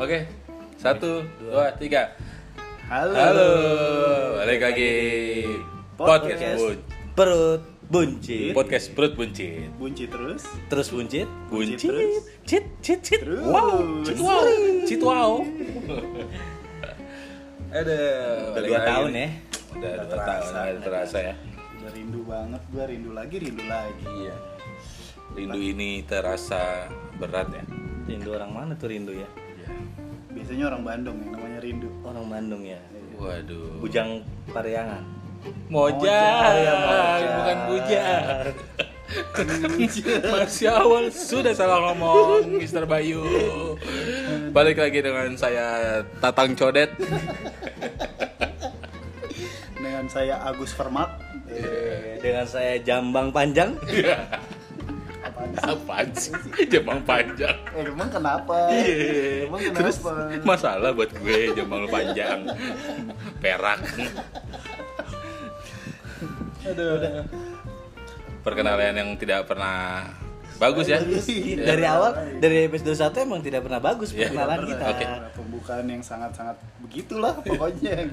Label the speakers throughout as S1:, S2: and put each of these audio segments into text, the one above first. S1: Oke, satu, dua, tiga.
S2: Halo.
S1: Halo, balik lagi podcast,
S2: Podcast.
S1: Bun-
S3: Perut buncit,
S1: podcast perut buncit,
S2: Bunci terus.
S3: terus buncit,
S1: buncit,
S2: terus.
S3: cit cit cit.
S2: Terus.
S1: wow, cit wow, cit wow. Ada
S3: Udah dua tahun ya.
S1: Udah dua
S2: terasa,
S1: tahun, udah
S2: udah
S1: terasa ya.
S2: Udah rindu banget, gua rindu lagi, rindu lagi.
S1: Iya. Rindu ini terasa berat ya.
S3: Rindu orang mana tuh rindu ya?
S2: Biasanya orang Bandung yang namanya rindu.
S3: Orang Bandung ya.
S1: Waduh.
S3: Bujang Pariangan.
S1: Iya, Mojang,
S2: Mojang, mojang.
S1: bukan bujang. Masih awal sudah salah ngomong, Mister Bayu. Balik lagi dengan saya Tatang Codet.
S2: Dengan saya Agus Fermat.
S3: Eh, Dengan saya Jambang Panjang.
S2: Apaan sih?
S1: Apaan sih? Jemang panjang.
S2: Eh, emang kenapa? Emang kenapa?
S1: Terus masalah buat gue jemang panjang. Perak.
S2: Aduh, udah.
S1: Perkenalan yang tidak pernah bagus ya.
S3: dari awal dari episode 1 emang tidak pernah bagus
S1: Iya.
S3: perkenalan kita.
S1: Oke.
S2: Pembukaan yang sangat-sangat begitulah pokoknya.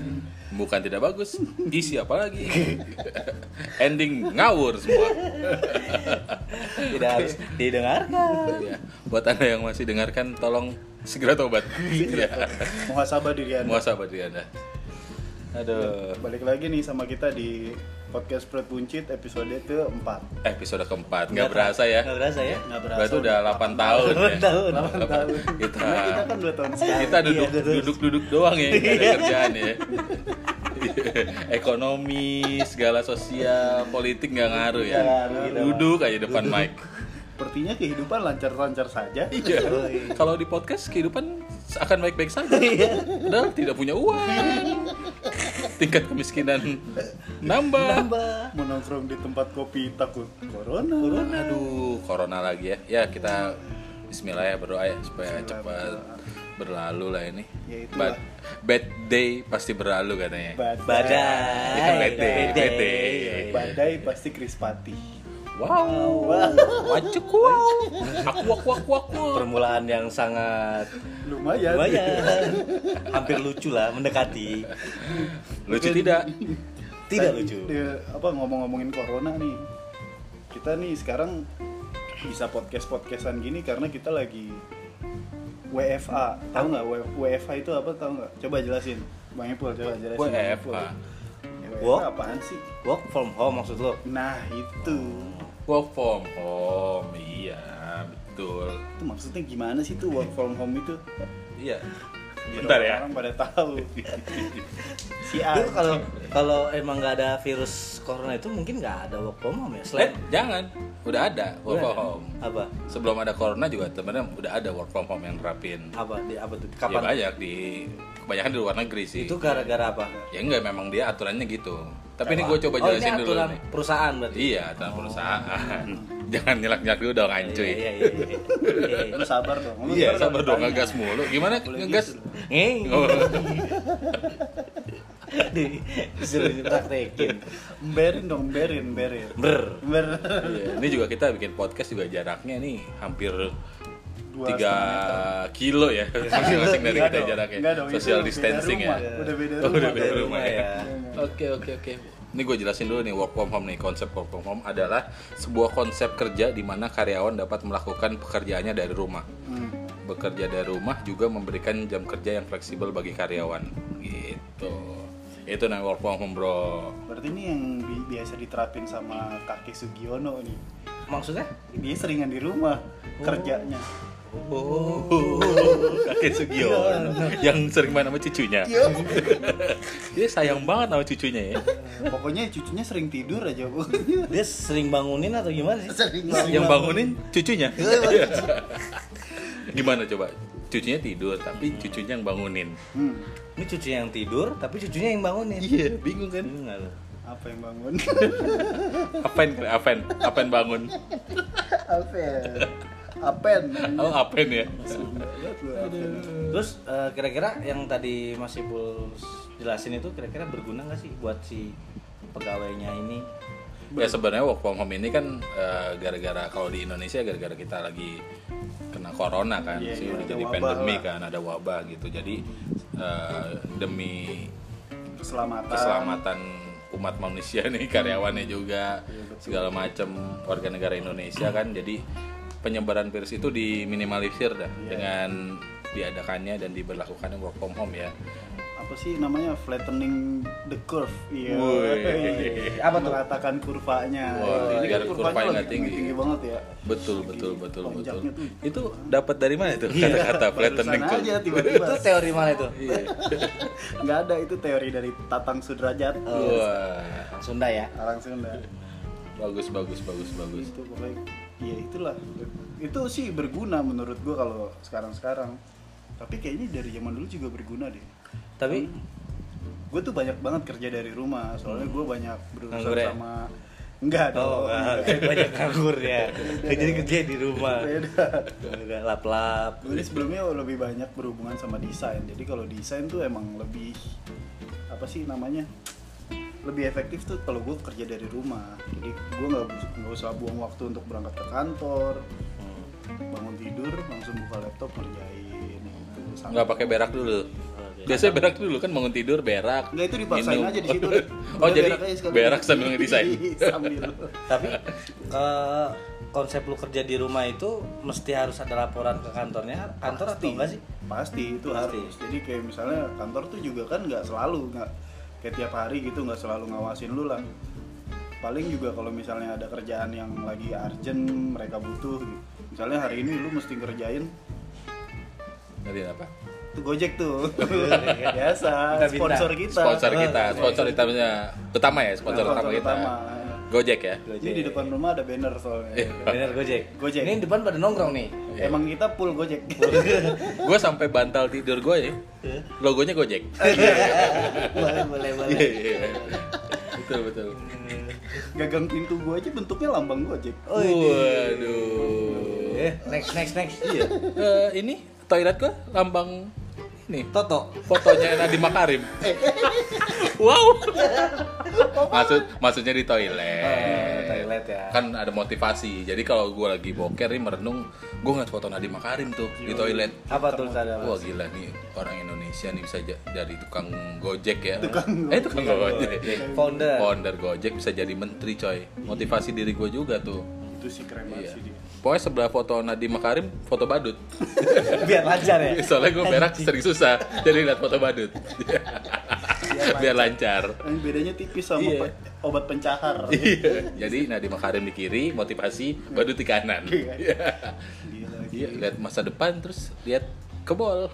S1: Bukan tidak bagus, isi apa lagi? Ending ngawur semua.
S3: Tidak harus didengarkan.
S1: Ya, buat anda yang masih dengarkan tolong segera Ya. tobat
S2: Iya.
S1: ya.
S2: Muhasabah diri Anda.
S1: muasabah diri anda aduh
S2: Balik lagi nih sama kita di podcast Perut Buncit episode keempat.
S1: episode keempat nggak berasa ya
S3: Enggak berasa ya?
S2: Nggak berasa.
S1: berarti udah 8 tahun ya
S3: Delapan tahun.
S2: Delapan tahun.
S1: Kita-
S2: Karena kita kan dua tahun sekali.
S1: kita duduk
S3: Iya, betul.
S1: duduk duduk doang ya nggak ada kerjaan ya ekonomi segala sosial politik nggak ngaruh ya
S2: Nggak ngaruh, gitu.
S1: duduk aja depan mic
S2: Sepertinya kehidupan lancar-lancar saja.
S1: Iya. Kalau di podcast kehidupan akan baik-baik saja. Dan tidak punya uang. Tingkat kemiskinan nambah.
S3: Nambah.
S2: Mau nongkrong di tempat kopi takut corona.
S1: Aduh, corona lagi ya. Ya kita Bismillah ya berdoa ya supaya cepat berlalu lah ini.
S2: Ya, itulah.
S1: Bad, bad day pasti berlalu katanya.
S2: Badai.
S3: Badai.
S1: Ini kan bad day,
S3: Badai.
S1: bad day.
S2: Badai pasti krispati.
S1: Wow. Wacuk wow. Aku wak wak wak wak.
S3: Permulaan yang sangat
S1: Iya.
S2: Lumayan.
S3: lumayan. Hampir lucu lah mendekati.
S1: Lucu tidak?
S3: Tidak
S2: Tadi,
S3: lucu.
S2: eh, apa ngomong-ngomongin corona nih. Kita nih sekarang bisa podcast-podcastan gini karena kita lagi WFA. Tahu nggak W- WFA itu apa tahu nggak? Coba jelasin. Bang Ipul coba jelasin. Bang Ipul.
S1: WFA.
S2: Ya,
S3: Walk.
S2: WFA apaan sih?
S3: Work from home maksud lo?
S2: Nah, itu.
S1: Work from home. Iya, betul.
S2: Itu maksudnya gimana sih tuh work from home itu?
S1: Iya.
S2: Biar
S1: Bentar ya.
S2: Orang pada tahu. si A.
S1: Ah,
S3: Itu kalau kalau emang nggak ada virus corona itu mungkin nggak ada work from home ya
S1: Eh,
S3: selain
S1: jangan. Udah ada work from home.
S3: apa
S1: Sebelum ada corona juga sebenarnya udah ada work from home yang terapin.
S3: apa di apa tuh
S1: Ya
S3: kapan
S1: banyak di kebanyakan di luar negeri sih.
S3: itu gara-gara apa?
S1: Ya enggak memang dia aturannya gitu. Tapi ini
S3: Apa?
S1: gue coba
S3: Oh, ini
S1: jelasin dulu
S3: aturan
S1: nih.
S3: perusahaan berarti. Oh.
S1: Iya, aturan perusahaan. jangan nyelak-nyelak dulu dong ancuy.
S3: Iya iya iya. iya.
S2: Eh, Lu sabar dong. Lu
S1: Iya,
S2: ntar
S1: sabar dong ngegas mulu. Gimana ngegas?
S3: Ngeng.
S1: Oh,
S3: Di- Disuruh dipraktekin.
S2: Emberin dong, emberin, emberin.
S3: Ber.
S2: Ember.
S1: iya. Ini juga kita bikin podcast juga jaraknya nih hampir
S2: Dua
S1: tiga kilo ya masing-masing dari
S2: Enggak
S1: kita
S2: dong,
S1: jaraknya
S2: enggak dong, itu
S1: social
S2: beda
S1: distancing
S2: rumah.
S1: ya
S2: Udah beda
S1: Oh,
S2: rumah.
S1: udah beda
S3: Dari
S1: rumah
S3: rumah
S1: ya.
S3: ya.
S1: Oke oke oke. Ini gue jelasin dulu nih work from home nih konsep work from home adalah sebuah konsep kerja di mana karyawan dapat melakukan pekerjaannya dari rumah.
S2: Hmm.
S1: Bekerja dari rumah juga memberikan jam kerja yang fleksibel bagi karyawan. Gitu. Itu namanya work from home bro.
S2: Berarti ini yang bi- biasa diterapin sama kakek Sugiono nih.
S3: Maksudnya?
S2: Dia seringan di rumah
S1: Oh.
S2: kerjanya.
S1: Kakek Sugiono yang sering main sama cucunya. Dia sayang banget sama cucunya ya.
S2: Pokoknya cucunya sering tidur aja pokoknya.
S3: Dia sering bangunin atau gimana sih?
S2: Sering
S1: yang bangunin cucunya Iya. gimana coba cucunya tidur tapi cucunya yang bangunin
S2: Hmm.
S3: Ini cucu yang tidur tapi cucunya yang bangunin.
S1: iya bingung kan
S3: Bingung nggak lo?
S2: Apa yang bangun?
S1: apain kira- apain apain bangun
S2: Apa ya? Apen.
S1: oh apain ya
S3: Terus eh, kira-kira yang tadi Mas Ipul jelasin itu kira-kira berguna nggak sih buat si pegawainya ini?
S1: Ya sebenarnya work from home ini kan eh, gara-gara kalau di Indonesia gara-gara kita lagi kena corona kan,
S2: Iya,
S1: sih
S2: iya,
S1: udah
S2: ada
S1: jadi
S2: wabah
S1: pandemi
S2: lah.
S1: kan, ada wabah gitu. Jadi eh, demi
S2: keselamatan
S1: keselamatan umat manusia nih karyawannya juga
S2: Hmm. Iya, betul.
S1: segala macam warga negara Indonesia kan jadi penyebaran virus itu diminimalisir dah
S2: Iya.
S1: dengan diadakannya dan diberlakukannya work from home ya.
S2: apa sih namanya flattening the curve iya
S1: Woi.
S2: apa tuh katakan kurvanya
S1: Wah,
S2: ini kan
S1: biar
S2: kurvanya
S1: kurvanya
S2: lagi
S1: nggak tinggi.
S2: tinggi banget ya
S1: Betul betul betul betul.
S2: Lonjaknya tuh. Iya,
S1: Itu dapat dari mana itu kata-kata flattening
S2: Barusan
S1: curve?
S2: aja tiba-tiba
S3: itu teori mana itu
S1: Iya.
S2: nggak ada itu teori dari Tatang Sudrajat Iya.
S1: Wah,
S3: Orang Sunda ya
S2: orang Sunda
S1: bagus bagus bagus bagus.
S2: itu pokoknya ya itulah itu sih berguna menurut gua kalau sekarang sekarang tapi kayaknya dari zaman dulu juga berguna deh
S3: tapi
S2: gue tuh banyak banget kerja dari rumah soalnya gue banyak berurusan
S3: Nganggur ya?
S2: sama enggak dong
S3: oh nggak. Kayak banyak nganggur ya jadi kerja di rumah
S2: Beda.
S3: Nggak lap-lap
S2: Gue sebelumnya lebih banyak berhubungan sama desain. Jadi kalau desain tuh emang lebih apa sih namanya? Lebih efektif tuh kalau gue kerja dari rumah. Jadi gue nggak bus- nggak usah buang waktu untuk berangkat ke kantor, bangun tidur langsung buka laptop ngerjain gitu. Sama-
S1: Nggak pakai berak dulu. Biasanya berak dulu kan bangun tidur berak.
S2: Iya, Nggak itu dipaksain
S1: minum.
S2: aja di situ.
S1: oh
S2: Udah
S1: jadi
S2: berak aja sekalian.
S1: berak sambil ngedesain.
S2: sambil.
S3: tapi ke konsep lu kerja di rumah itu mesti harus ada laporan ke kantornya kantor atau
S2: Pasti.
S3: enggak sih
S2: Pasti itu
S3: Pasti.
S2: harus. Jadi kayak misalnya kantor tuh juga kan nggak selalu nggak kayak tiap hari gitu nggak selalu ngawasin lu lah. Paling juga kalau misalnya ada kerjaan yang lagi urgent mereka butuh. gitu. Misalnya hari ini lu mesti ngerjain
S1: Ngerti apa?
S2: tuh Gojek tuh. Biasa
S3: Minta-minta.
S2: sponsor kita. Nah, iya,
S1: Sponsor kita, sponsor utamanya utama ya, sponsor
S2: Sponsor
S1: utama kita.
S2: utama. iya.
S1: Gojek ya.
S2: Ini di depan rumah ada banner
S1: Iya.
S2: soalnya.
S3: bener gojek
S2: Gojek.
S3: ini depan pada nongkrong nih
S2: Emang kita full Gojek.
S1: Iya. Gue sampai bantal tidur gue ya.
S2: Iya.
S1: Logonya Gojek.
S2: Eh.
S3: boleh boleh boleh
S1: Iya. betul betul.
S2: Gagang pintu gua aja bentuknya lambang Gojek.
S3: Oh, ini.
S2: iya.
S1: Waduh.
S3: Eh, next next next iya
S1: Eh, ini toilet gue lambang ini
S3: Toto
S1: fotonya Nadiem Makarim. wow. Maksud maksudnya di
S3: Oh,
S1: toilet.
S3: toilet ya.
S1: Kan ada motivasi. Jadi kalau gue lagi boker nih merenung, gue ngeliat foto Nadiem Makarim tuh di toilet.
S3: apa tulisannya
S1: Wah gila nih orang Indonesia nih bisa ja- dari tukang gojek ya.
S2: Tukang
S1: eh tukang gojek.
S3: founder
S1: Founder gojek bisa jadi menteri coy. Motivasi diri gue juga tuh. Iya.
S2: Itu sih keren banget sih dia.
S1: Pokoknya sebelah foto Nadiem Makarim foto badut.
S3: biar lancar ya
S1: Soalnya gue berak sering susah jadi lihat foto badut. Biar lancar.
S2: Yang bedanya tipis sama
S1: Iya.
S2: pe- obat pencahar.
S1: Iya. Jadi Nadiem Makarim di kiri, motivasi badut di kanan.
S2: Iya.
S1: Iya.
S2: Gila,
S1: Iya, lihat masa depan terus lihat kebol.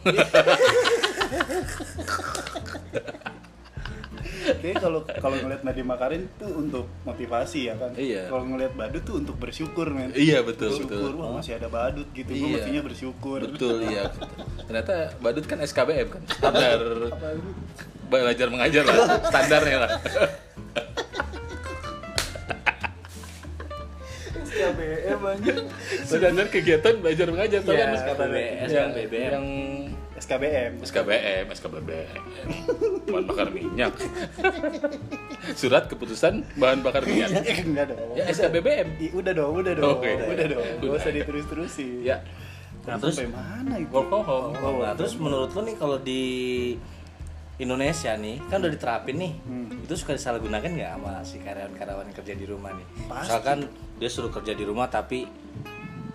S2: Kayaknya kalau kalau ngelihat Nadiem Makarin tuh untuk motivasi ya kan.
S1: Iya.
S2: Kalau ngelihat badut tuh untuk bersyukur men.
S1: Iya, betul, betul.
S2: Bersyukur wah masih ada badut gitu. Gue
S1: Iya.
S2: mestinya bersyukur.
S1: Betul iya. Ternyata badut kan SKBM kan standar belajar mengajar lah standarnya lah.
S2: SKBM anjir.
S1: Standar kegiatan belajar mengajar tau
S3: Iya,
S1: kan,
S3: SKBM.
S1: Yang-
S3: SKBM.
S1: Yang
S2: SKBM.
S1: SKBM, SKBM, bahan bakar minyak, surat keputusan bahan bakar minyak,
S2: Enggak dong.
S1: ya SKBBM,
S2: Ih, udah dong, udah dong.
S1: Oke.
S2: Udah dong. Gak
S1: Udah.
S2: usah diterus-terusin.
S1: ya
S3: Nah,
S2: Terus
S3: terus-
S2: sampai mana itu?
S1: work from home.
S3: Oh, nah, terus menurut lo nih kalau di Indonesia nih kan udah diterapin nih itu suka disalahgunakan nggak sama si karyawan-karyawan yang kerja di rumah nih
S2: Pasti.
S3: misalkan dia suruh kerja di rumah tapi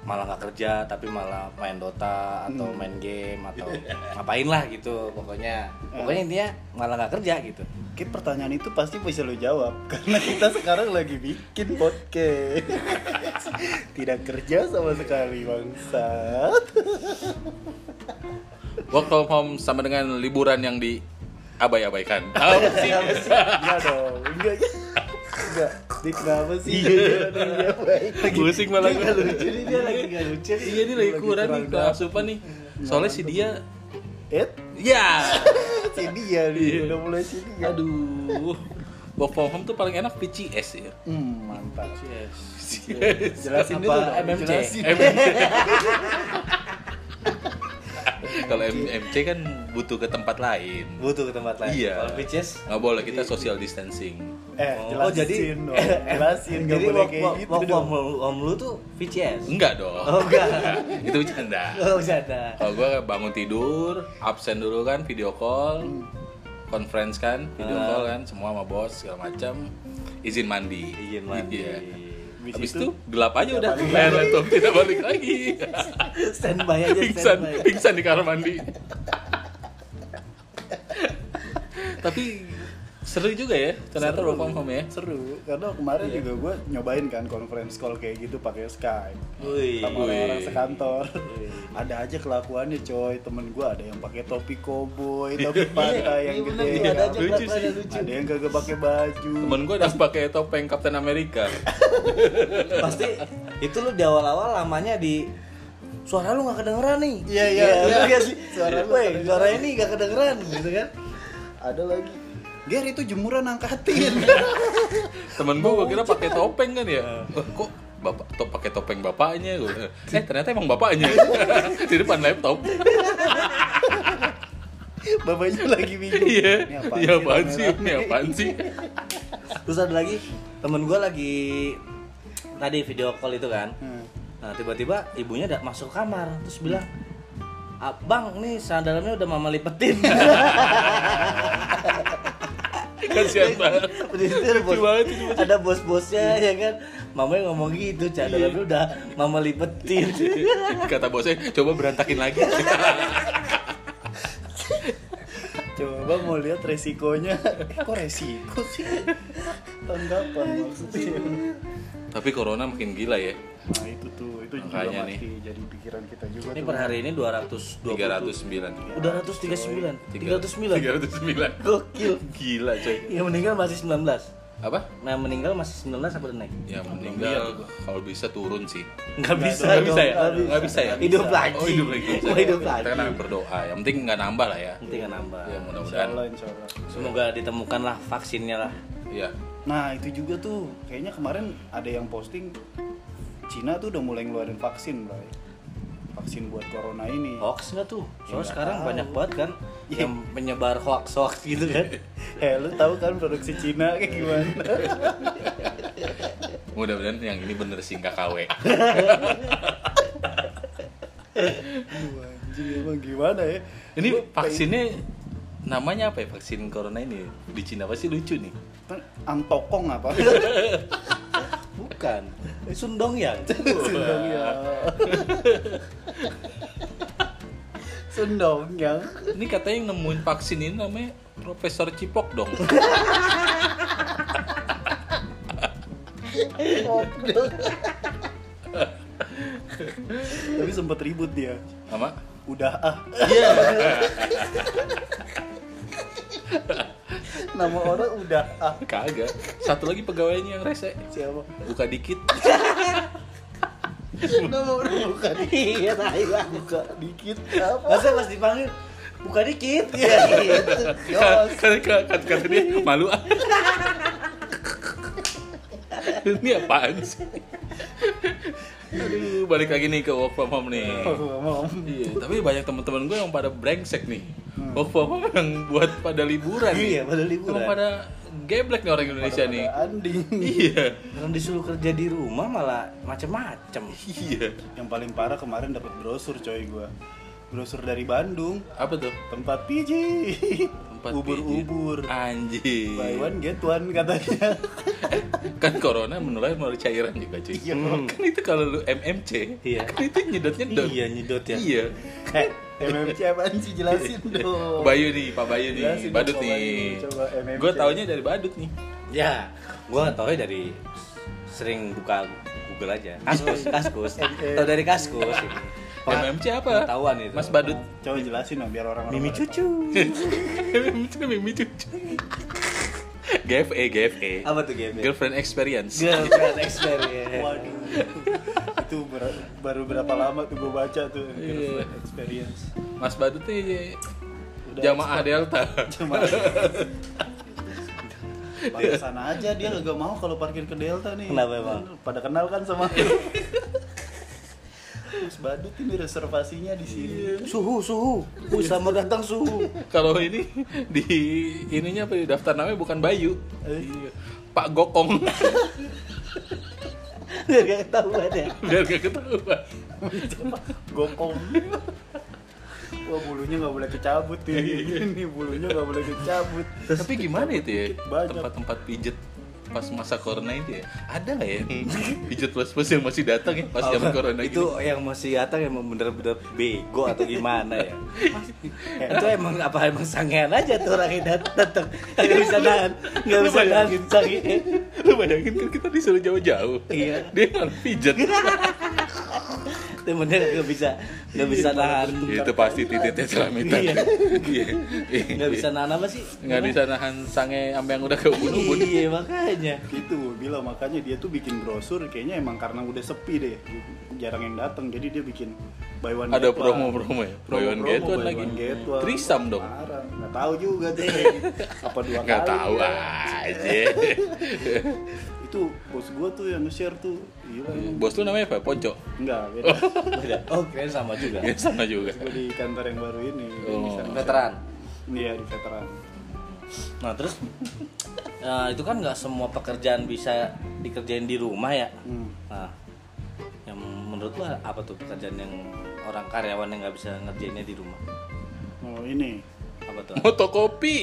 S3: malah nggak kerja tapi malah main Dota atau main game atau ngapain lah gitu pokoknya pokoknya intinya malah nggak kerja gitu
S2: Kayak pertanyaan itu pasti bisa lo jawab karena kita sekarang lagi bikin podcast. Tidak kerja sama sekali bangsat.
S1: Work from home sama dengan liburan yang di abai-abaikan. Apa sih?
S2: Enggak dong, enggak Enggak, dia kenapa sih? Iya, iya, iya, baik.
S1: Pusing malah
S2: Dia
S1: gue.
S2: nggak lucu nih, dia lagi gak lucu nih.
S1: Iya ini lagi kurang nih, kurang asupan nih. Soalnya si dia,
S2: Eh,
S1: ya.
S2: si dia
S1: Iya.
S2: nih, udah mulai si dia
S1: Aduh. Work from home tuh paling enak PCS ya.
S2: Hmm, mantap
S1: PCS.
S2: Jelasin
S3: Apa
S2: dulu dong,
S3: MMC?
S2: jelasin.
S1: Kalau MMC kan butuh ke tempat lain.
S3: butuh ke tempat lain
S1: Iya.
S3: kalau pitches
S1: Nggak boleh kita social distancing.
S2: Eh,
S3: Oh,
S2: jelasin
S3: jadi-
S2: dong. Jelasin, nggak
S3: Jadi
S2: boleh
S3: work,
S2: kayak
S3: work,
S2: gitu
S3: work
S2: dong.
S3: from home- home lu tuh VCS?
S1: Enggak dong.
S3: Oh enggak.
S1: itu bercanda.
S3: Oh bercanda.
S1: Kalau gue bangun tidur, absen dulu kan, video call, conference kan, video
S3: Ah.
S1: call kan, semua sama bos segala macam, izin mandi.
S3: Izin mandi.
S1: Iya.
S2: Habis
S1: Habis
S2: itu,
S1: itu gelap aja udah main laptop tidak balik lagi.
S3: Standby aja
S1: pingsan,
S3: Iya, standby.
S1: pingsan di kamar mandi. Tapi seru juga ya ternyata work from home ya.
S2: Seru, karena kemarin
S3: Iya.
S2: juga gue nyobain kan conference call kayak gitu pakai Skype.
S3: Wih.
S2: sama
S1: Wih.
S2: orang sekantor ada aja kelakuannya coy temen gue ada yang pakai topi koboi topi pantai yang
S3: Iya, bener
S2: gede
S3: tuh, ada aja
S1: Lucu
S3: kelakuan
S1: sih.
S3: yang lucu.
S2: ada yang kagak pakai baju
S1: Temen gue udah pakai topeng Captain America.
S3: Pasti itu lu di awal-awal lamanya di suara lu gak kedengeran nih.
S2: Iya, iya.
S3: Bener nggak sih.
S2: Suara lu
S3: Weh,
S2: nggak kedengeran.
S3: suara ini gak kedengeran gitu kan.
S2: ada lagi Ger itu jemuran angkatin
S1: Temen gue gue kira pakai topeng kan ya.
S3: Ah.
S1: Wah, Kok bapak to pakai topeng bapaknya gue. Eh ternyata emang bapaknya di depan laptop.
S2: bapaknya lagi bingung
S1: Iya.
S2: Ini apaan
S1: Iya apaan sih? Ini
S2: rame-rame?
S1: apaan sih?
S3: Terus ada lagi temen gue lagi tadi video call itu kan.
S2: Hmm.
S3: Nah tiba-tiba ibunya da- masuk kamar terus bilang, abang nih sandalannya udah mama lipetin.
S1: Kasihan banget.
S3: Penyisir, Iya. bos.
S1: Lucu banget itu,
S3: Ada bos-bosnya ya kan. Mamanya ngomong gitu, cadangannya
S1: Iya.
S3: udah mama lipetin.
S1: Kata bosnya, coba berantakin lagi.
S2: coba mau lihat resikonya eh, kok resiko sih tanggapan maksudnya
S1: Tapi corona makin gila ya.
S2: nah itu tuh itu juga
S1: Makanya
S2: mati jadi pikiran kita juga
S3: Ini
S2: tuh.
S3: per hari ini 220.
S1: 309.
S3: Udah
S1: 309.
S3: 139. 309. Gokil.
S1: Gila coy.
S3: Yang Iya, meninggal masih 19.
S1: Apa?
S3: Nah, meninggal masih 19 apa udah naik?
S1: Ya meninggal kalau bisa turun sih.
S3: Enggak bisa
S1: Nggak
S3: dong.
S1: bisa ya?
S3: nggak
S1: Nggak bisa ya?
S3: Hidup lagi.
S1: Oh hidup lagi.
S3: Mau hidup
S1: Kita
S3: lagi.
S1: kan ambil berdoa. Yang penting nggak nambah lah ya.
S3: Nanti kan nambah.
S1: Ya
S2: Insya
S1: mudah-mudahan.
S2: Allah, insya Allah.
S3: Semoga ditemukanlah vaksinnya lah.
S1: Iya.
S2: Nah itu juga tuh kayaknya kemarin ada yang posting Cina tuh udah mulai ngeluarin vaksin, Bray. Vaksin buat corona ini.
S1: Oh.
S3: Hoax nggak tuh?
S1: Iya,
S3: Soalnya
S2: nggak
S3: sekarang
S2: tahu.
S3: banyak banget kan yang menyebar hoax-hoax gitu kan.
S2: Eh lu tahu kan produksi Cina kayak gimana?
S1: Mudah-mudahan yang ini bener sih nggak KW.
S2: Aduh, anjing emang gimana ya?
S1: Ini vaksinnya namanya apa ya vaksin corona ini di Cina pasti lucu nih.
S2: Apa- kan Antokong apa?
S1: Iya.
S3: Bukan. Sundong ya? yang.
S2: Sundong yang. Sundong yang.
S1: Ini katanya yang nemuin vaksin ini namanya Profesor Cipok dong.
S2: Tapi sempet ribut dia.
S1: Sama?
S2: Udah ah.
S1: Iya.
S2: Nama orang udah ah.
S1: Kagak. Satu lagi pegawainya yang rese.
S2: Siapa?
S1: Buka dikit.
S3: buka Iya, tai lah.
S2: Buka dikit apa?
S3: Masa pas dipanggil buka dikit. Iya gitu.
S1: Ka- Kata kata- kata- kata dia malu ah. Ini apaan sih? Aduh, balik lagi nih ke work from home nih.
S2: Oh, Ngomong.
S1: Iya, tapi banyak teman-teman gue yang pada brengsek nih. Work from home yang buat pada liburan. nih.
S3: Iya, pada liburan.
S1: Emang pada geblek nih orang Indonesia nih.
S2: Ada Anding.
S1: Iya.
S3: Orang disuruh kerja di rumah malah macem-macem.
S1: Iya.
S2: Yang paling parah kemarin dapat brosur coy gua. Brosur dari Bandung,
S1: Apa tuh?
S2: tempat pijit.
S1: Tempat Ah,
S2: Ubur-ubur.
S1: pijit. Anjing.
S2: Buy one get one katanya.
S1: kan corona menular melalui cairan juga cuy
S2: Iya.
S1: kan itu kalau lu MMC
S3: Iya.
S1: kan itu nyedot nyedot
S3: Iya, nyedot ya.
S1: iya
S2: eh, MMC apaan sih jelasin dong.
S1: Bayu nih Pak Bayu nih
S2: Oh. Jelasin
S1: badut
S2: dong, Pak Bayu.
S1: nih
S2: Coba MMC.
S1: gue taunya dari badut nih
S3: Ya, gua tau dari sering buka Google aja. Kaskus, kaskus. Tau dari kaskus. Oh,
S1: MMC apa
S3: Pengetahuan ya. itu.
S1: Mas Badut
S2: Coba jelasin dong biar orang-orang
S3: Mimi
S2: pada
S3: cucu.
S1: MMC mimi cucu GFE GFE
S3: Apa tuh game?
S1: girlfriend experience
S3: Girlfriend
S2: tahu.
S3: experience.
S2: Waduh. itu ber- baru berapa lama tuh gua baca tuh
S1: Iya.
S2: experience.
S1: Mas Badut nih
S2: Udah
S1: jamaah Delta
S2: Cuma Pakai sana aja dia nggak mau kalau parkir ke Delta nih.
S3: Kenapa emang?
S2: Pada kenal kan sama. Terus badut ini reservasinya di sini.
S3: Iya. Suhu, suhu. Uh, selamat datang suhu.
S1: kalau ini di ininya apa ya, daftar namanya bukan Bayu
S2: Eh.
S1: Iya. Pak Gokong
S3: Biar gak ketahuan ya.
S1: biar gak ketahuan.
S2: Gokong. Wah bulunya nggak boleh kecabut ini. Ini bulunya nggak boleh kecabut.
S1: Tapi gimana itu ya
S2: banyak.
S1: tempat-tempat pijet pas masa corona itu ya ada nggak ya pijet plus plus yang masih datang ya pas zaman corona
S3: itu
S1: itu
S3: yang masih datang emang bener-bener bego atau gimana ya itu emang apa emang sangean aja tuh orang yang dat- datang nggak bisa nahan nggak bisa nahan sangean
S1: lu bayangin kan kita disuruh jauh-jauh
S3: Iya.
S1: dia malah pijet
S3: temennya nggak bisa nggak bisa
S1: Iya,
S3: nahan
S1: itu pasti titik tetramitan
S3: Iya.
S1: Iya.
S3: nggak bisa nahan apa sih
S1: nggak bisa nahan sange sampai yang udah keubun-ubun
S3: iya makanya
S2: Itu gue bilang Gitu, makanya dia tuh bikin brosur kayaknya emang karena udah sepi deh. Jarang yang datang jadi dia bikin buy one
S1: ada
S2: get one.
S1: promo-promo ya buy one get one
S2: buy
S1: lagi
S2: one get one.
S1: trisam dong
S2: Parah. Nggak tahu juga tuh. Apa dua
S1: nggak
S2: kali. ya?
S1: tahu
S3: Iya.
S1: aja
S2: Itu bos gue tuh yang nge-share tuh. Gila emang.
S1: Hmm, bos lu namanya apa Poco
S2: Enggak, beda.
S3: Beda. oh keren sama juga
S1: ya sama juga
S2: Gue di kantor yang baru ini.
S1: Oh.
S2: Di sana.
S3: veteran
S2: Iya, di veteran.
S3: Nah terus nah, itu kan nggak semua pekerjaan bisa dikerjain di rumah ya.
S2: Hmm.
S3: Nah yang menurut lo apa tuh pekerjaan yang orang karyawan yang nggak bisa ngerjainnya di rumah?
S2: Oh ini,
S3: Apa tuh?
S1: motokopi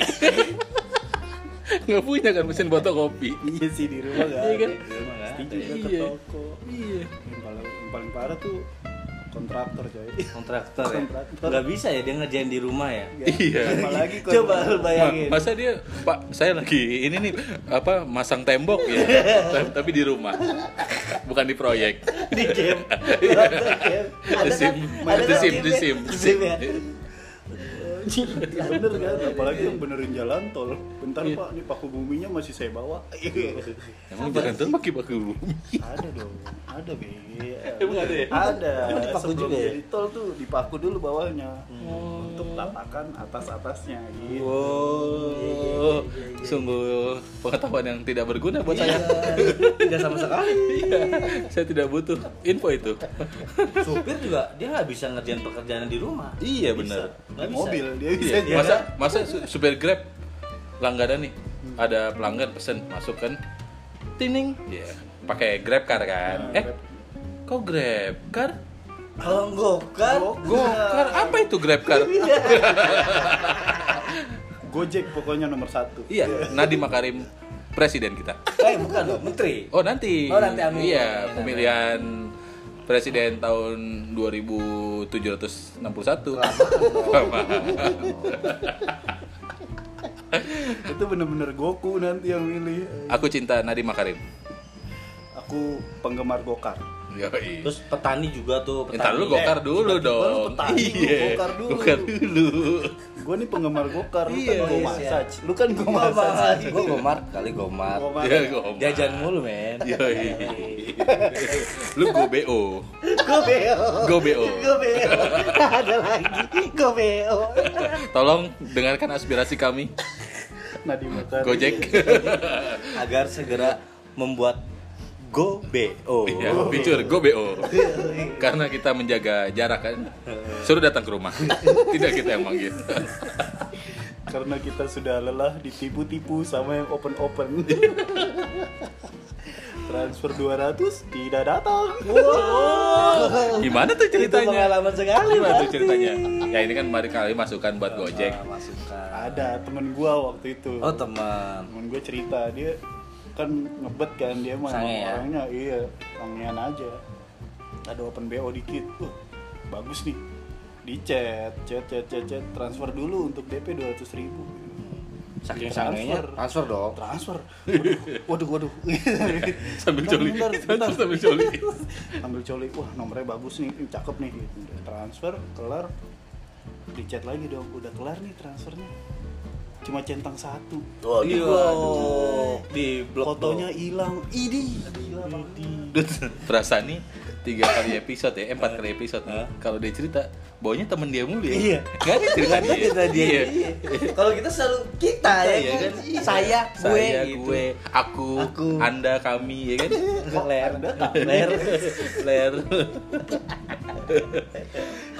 S1: nggak punya kan mesin fotokopi
S2: iya sih di rumah gak
S1: Iya
S2: ada.
S1: kan?
S2: Di rumah gak ada.
S3: Iya.
S2: juga ke toko.
S1: iya
S2: Yang paling, yang paling parah tuh kontraktor coy.
S3: Kontraktor ya.
S2: Kontraktor.
S3: Nggak bisa ya dia ngerjain di rumah ya.
S1: Iya.
S2: Apalagi kontraktor.
S3: Coba lu
S1: Ma-
S3: bayangin.
S1: masa dia pak saya lagi ini nih apa masang tembok ya Ta- tapi di rumah bukan di proyek
S3: di game.
S1: Itu
S3: Ada
S1: sim.
S3: kan? Ada
S1: Itu
S3: kan
S1: sim, itu
S3: game-nya?
S1: sim. Iya.
S3: Sim ya.
S2: bener kan apalagi yang benerin jalan tol bentar
S1: Iya.
S2: pak ini paku buminya masih saya bawa
S1: emang jalan tuh pakai pakai bumi
S2: ada dong ada be
S1: Emang ada ya?
S2: ada
S3: Emang dipaku
S2: Sebelum
S3: juga ya? Hmm.
S2: jadi tol tuh dipaku dulu bawahnya untuk tapakan atas atasnya gitu
S1: wow sungguh pengetahuan yang tidak berguna buat saya
S3: Iya. Tidak sama sekali.
S1: Iya, saya tidak butuh info itu
S3: Supir juga dia nggak bisa ngerjain pekerjaan di rumah.
S1: iya
S3: bener. Nggak
S2: Di
S3: bisa.
S2: mobil dia bisa
S1: Iya,
S2: jalan.
S1: masa masa su- supir Grab langganan nih. Ada pelanggan pesen masuk kan. Tining. Iya. Pakai Grab car kan.
S2: Nah,
S1: eh. Kok Grab car?
S3: Kalau gokar,
S1: Gokar. Apa itu Grab car?
S3: Iya.
S2: gojek pokoknya nomor satu
S1: iya, Nadiem Makarim presiden kita.
S3: eh bukan loh, menteri.
S1: Oh, nanti.
S3: Oh, nanti, amin.
S1: Iya,
S3: Amin.
S1: pemilihan presiden tahun 2761.
S2: itu bener-bener Goku nanti yang milih
S1: Aku cinta Nadiem Makarim.
S2: aku penggemar gokar
S1: Yoi.
S3: Terus eh, petani juga tuh, petani.
S1: Entar lu gokar dulu dong. Iya,
S2: petani, lu gokar dulu.
S1: Gokar dulu.
S2: gue nih penggemar gokar lu kan
S3: Iya,
S2: go
S3: iya.
S2: massage lu kan go
S3: Gua
S2: massage
S3: Gua gomar kali gomar.
S2: Gomar.
S1: Ya, gomar.
S3: Jajan mulu, men.
S1: Yoi. Lu go BO.
S3: Gobeo.
S1: Go BO.
S3: Gobeo. Ada lagi. Gobeo.
S1: Tolong dengarkan aspirasi kami.
S2: Nadiem Makarim.
S1: Gojek.
S3: Agar segera membuat Gobeo.
S1: ya, fitur go BO. Karena kita menjaga jarak kan. Suruh datang ke rumah. Tidak kita yang manggil.
S2: karena kita sudah lelah ditipu-tipu sama yang open-open transfer 200 tidak datang
S1: Gimana tuh
S3: Itu
S1: ceritanya?
S3: pengalaman sekali,
S1: Gimana tuh
S3: Bang.
S1: ceritanya? Ya ini kan mari kali masukan buat Gojek.
S3: Ah, Masukkan.
S2: ada temen gua waktu itu
S3: Oh, teman.
S2: temen gua cerita dia kan ngebet kan dia mah
S3: Sange ya?
S2: orangnya iya sangean aja ada open bo dikit Wah, bagus nih di chat chat chat chat chat transfer dulu untuk dp 200.000 ribu
S3: Saking sangenya transfer dong.
S2: transfer waduh waduh, waduh.
S1: Sambil
S2: Bentar,
S1: joli.
S2: bentar, bentar.
S1: Sambil joli.
S2: ambil coli wah nomornya bagus nih ih, cakep nih gitu. transfer kelar di chat lagi dong udah kelar nih transfernya cuma centang satu
S3: Iya, aduh. Di blok
S2: fotonya hilang ini
S1: Dut, Terasa nih tiga kali episode ya, eh, empat kali episode nih. Kalau dia cerita, bawanya temen dia mulu ya.
S3: Iya.
S1: Gak ada cerita
S3: Kan
S1: dia.
S3: kita dia.
S1: Iya.
S3: Iya. Kalau kita selalu kita ya
S1: Iya
S3: kan.
S1: kan?
S3: Saya, gue,
S1: saya,
S3: gitu.
S1: gue, aku,
S3: Aku.
S1: anda, kami, ya kan?
S3: Ler.
S2: Anda
S3: Ler.
S1: Ler.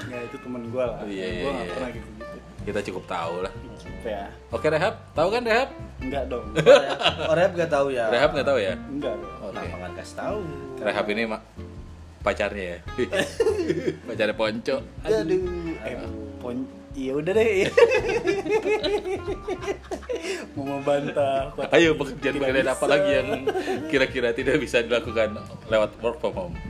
S2: nggak itu temen gue lah
S1: Iya, iya,
S2: Ya, gue nggak
S1: iya.
S2: pernah gitu gitu
S1: Kita cukup tahu lah.
S2: ya
S1: Oke Rehab, tahu kan Rehab?
S2: enggak dong
S3: Orep gak tahu ya.
S1: Rehab nggak tahu ya?
S2: enggak dong
S3: Oh, kenapa nggak kasih tahu?
S1: Rehab ini mak pacarnya ya. pacarnya Ponco.
S2: aduh eh, pon iya udah deh mau membantah
S1: Ayo pekerjaan-pekerjaan apa lagi yang kira-kira tidak bisa dilakukan lewat work from home?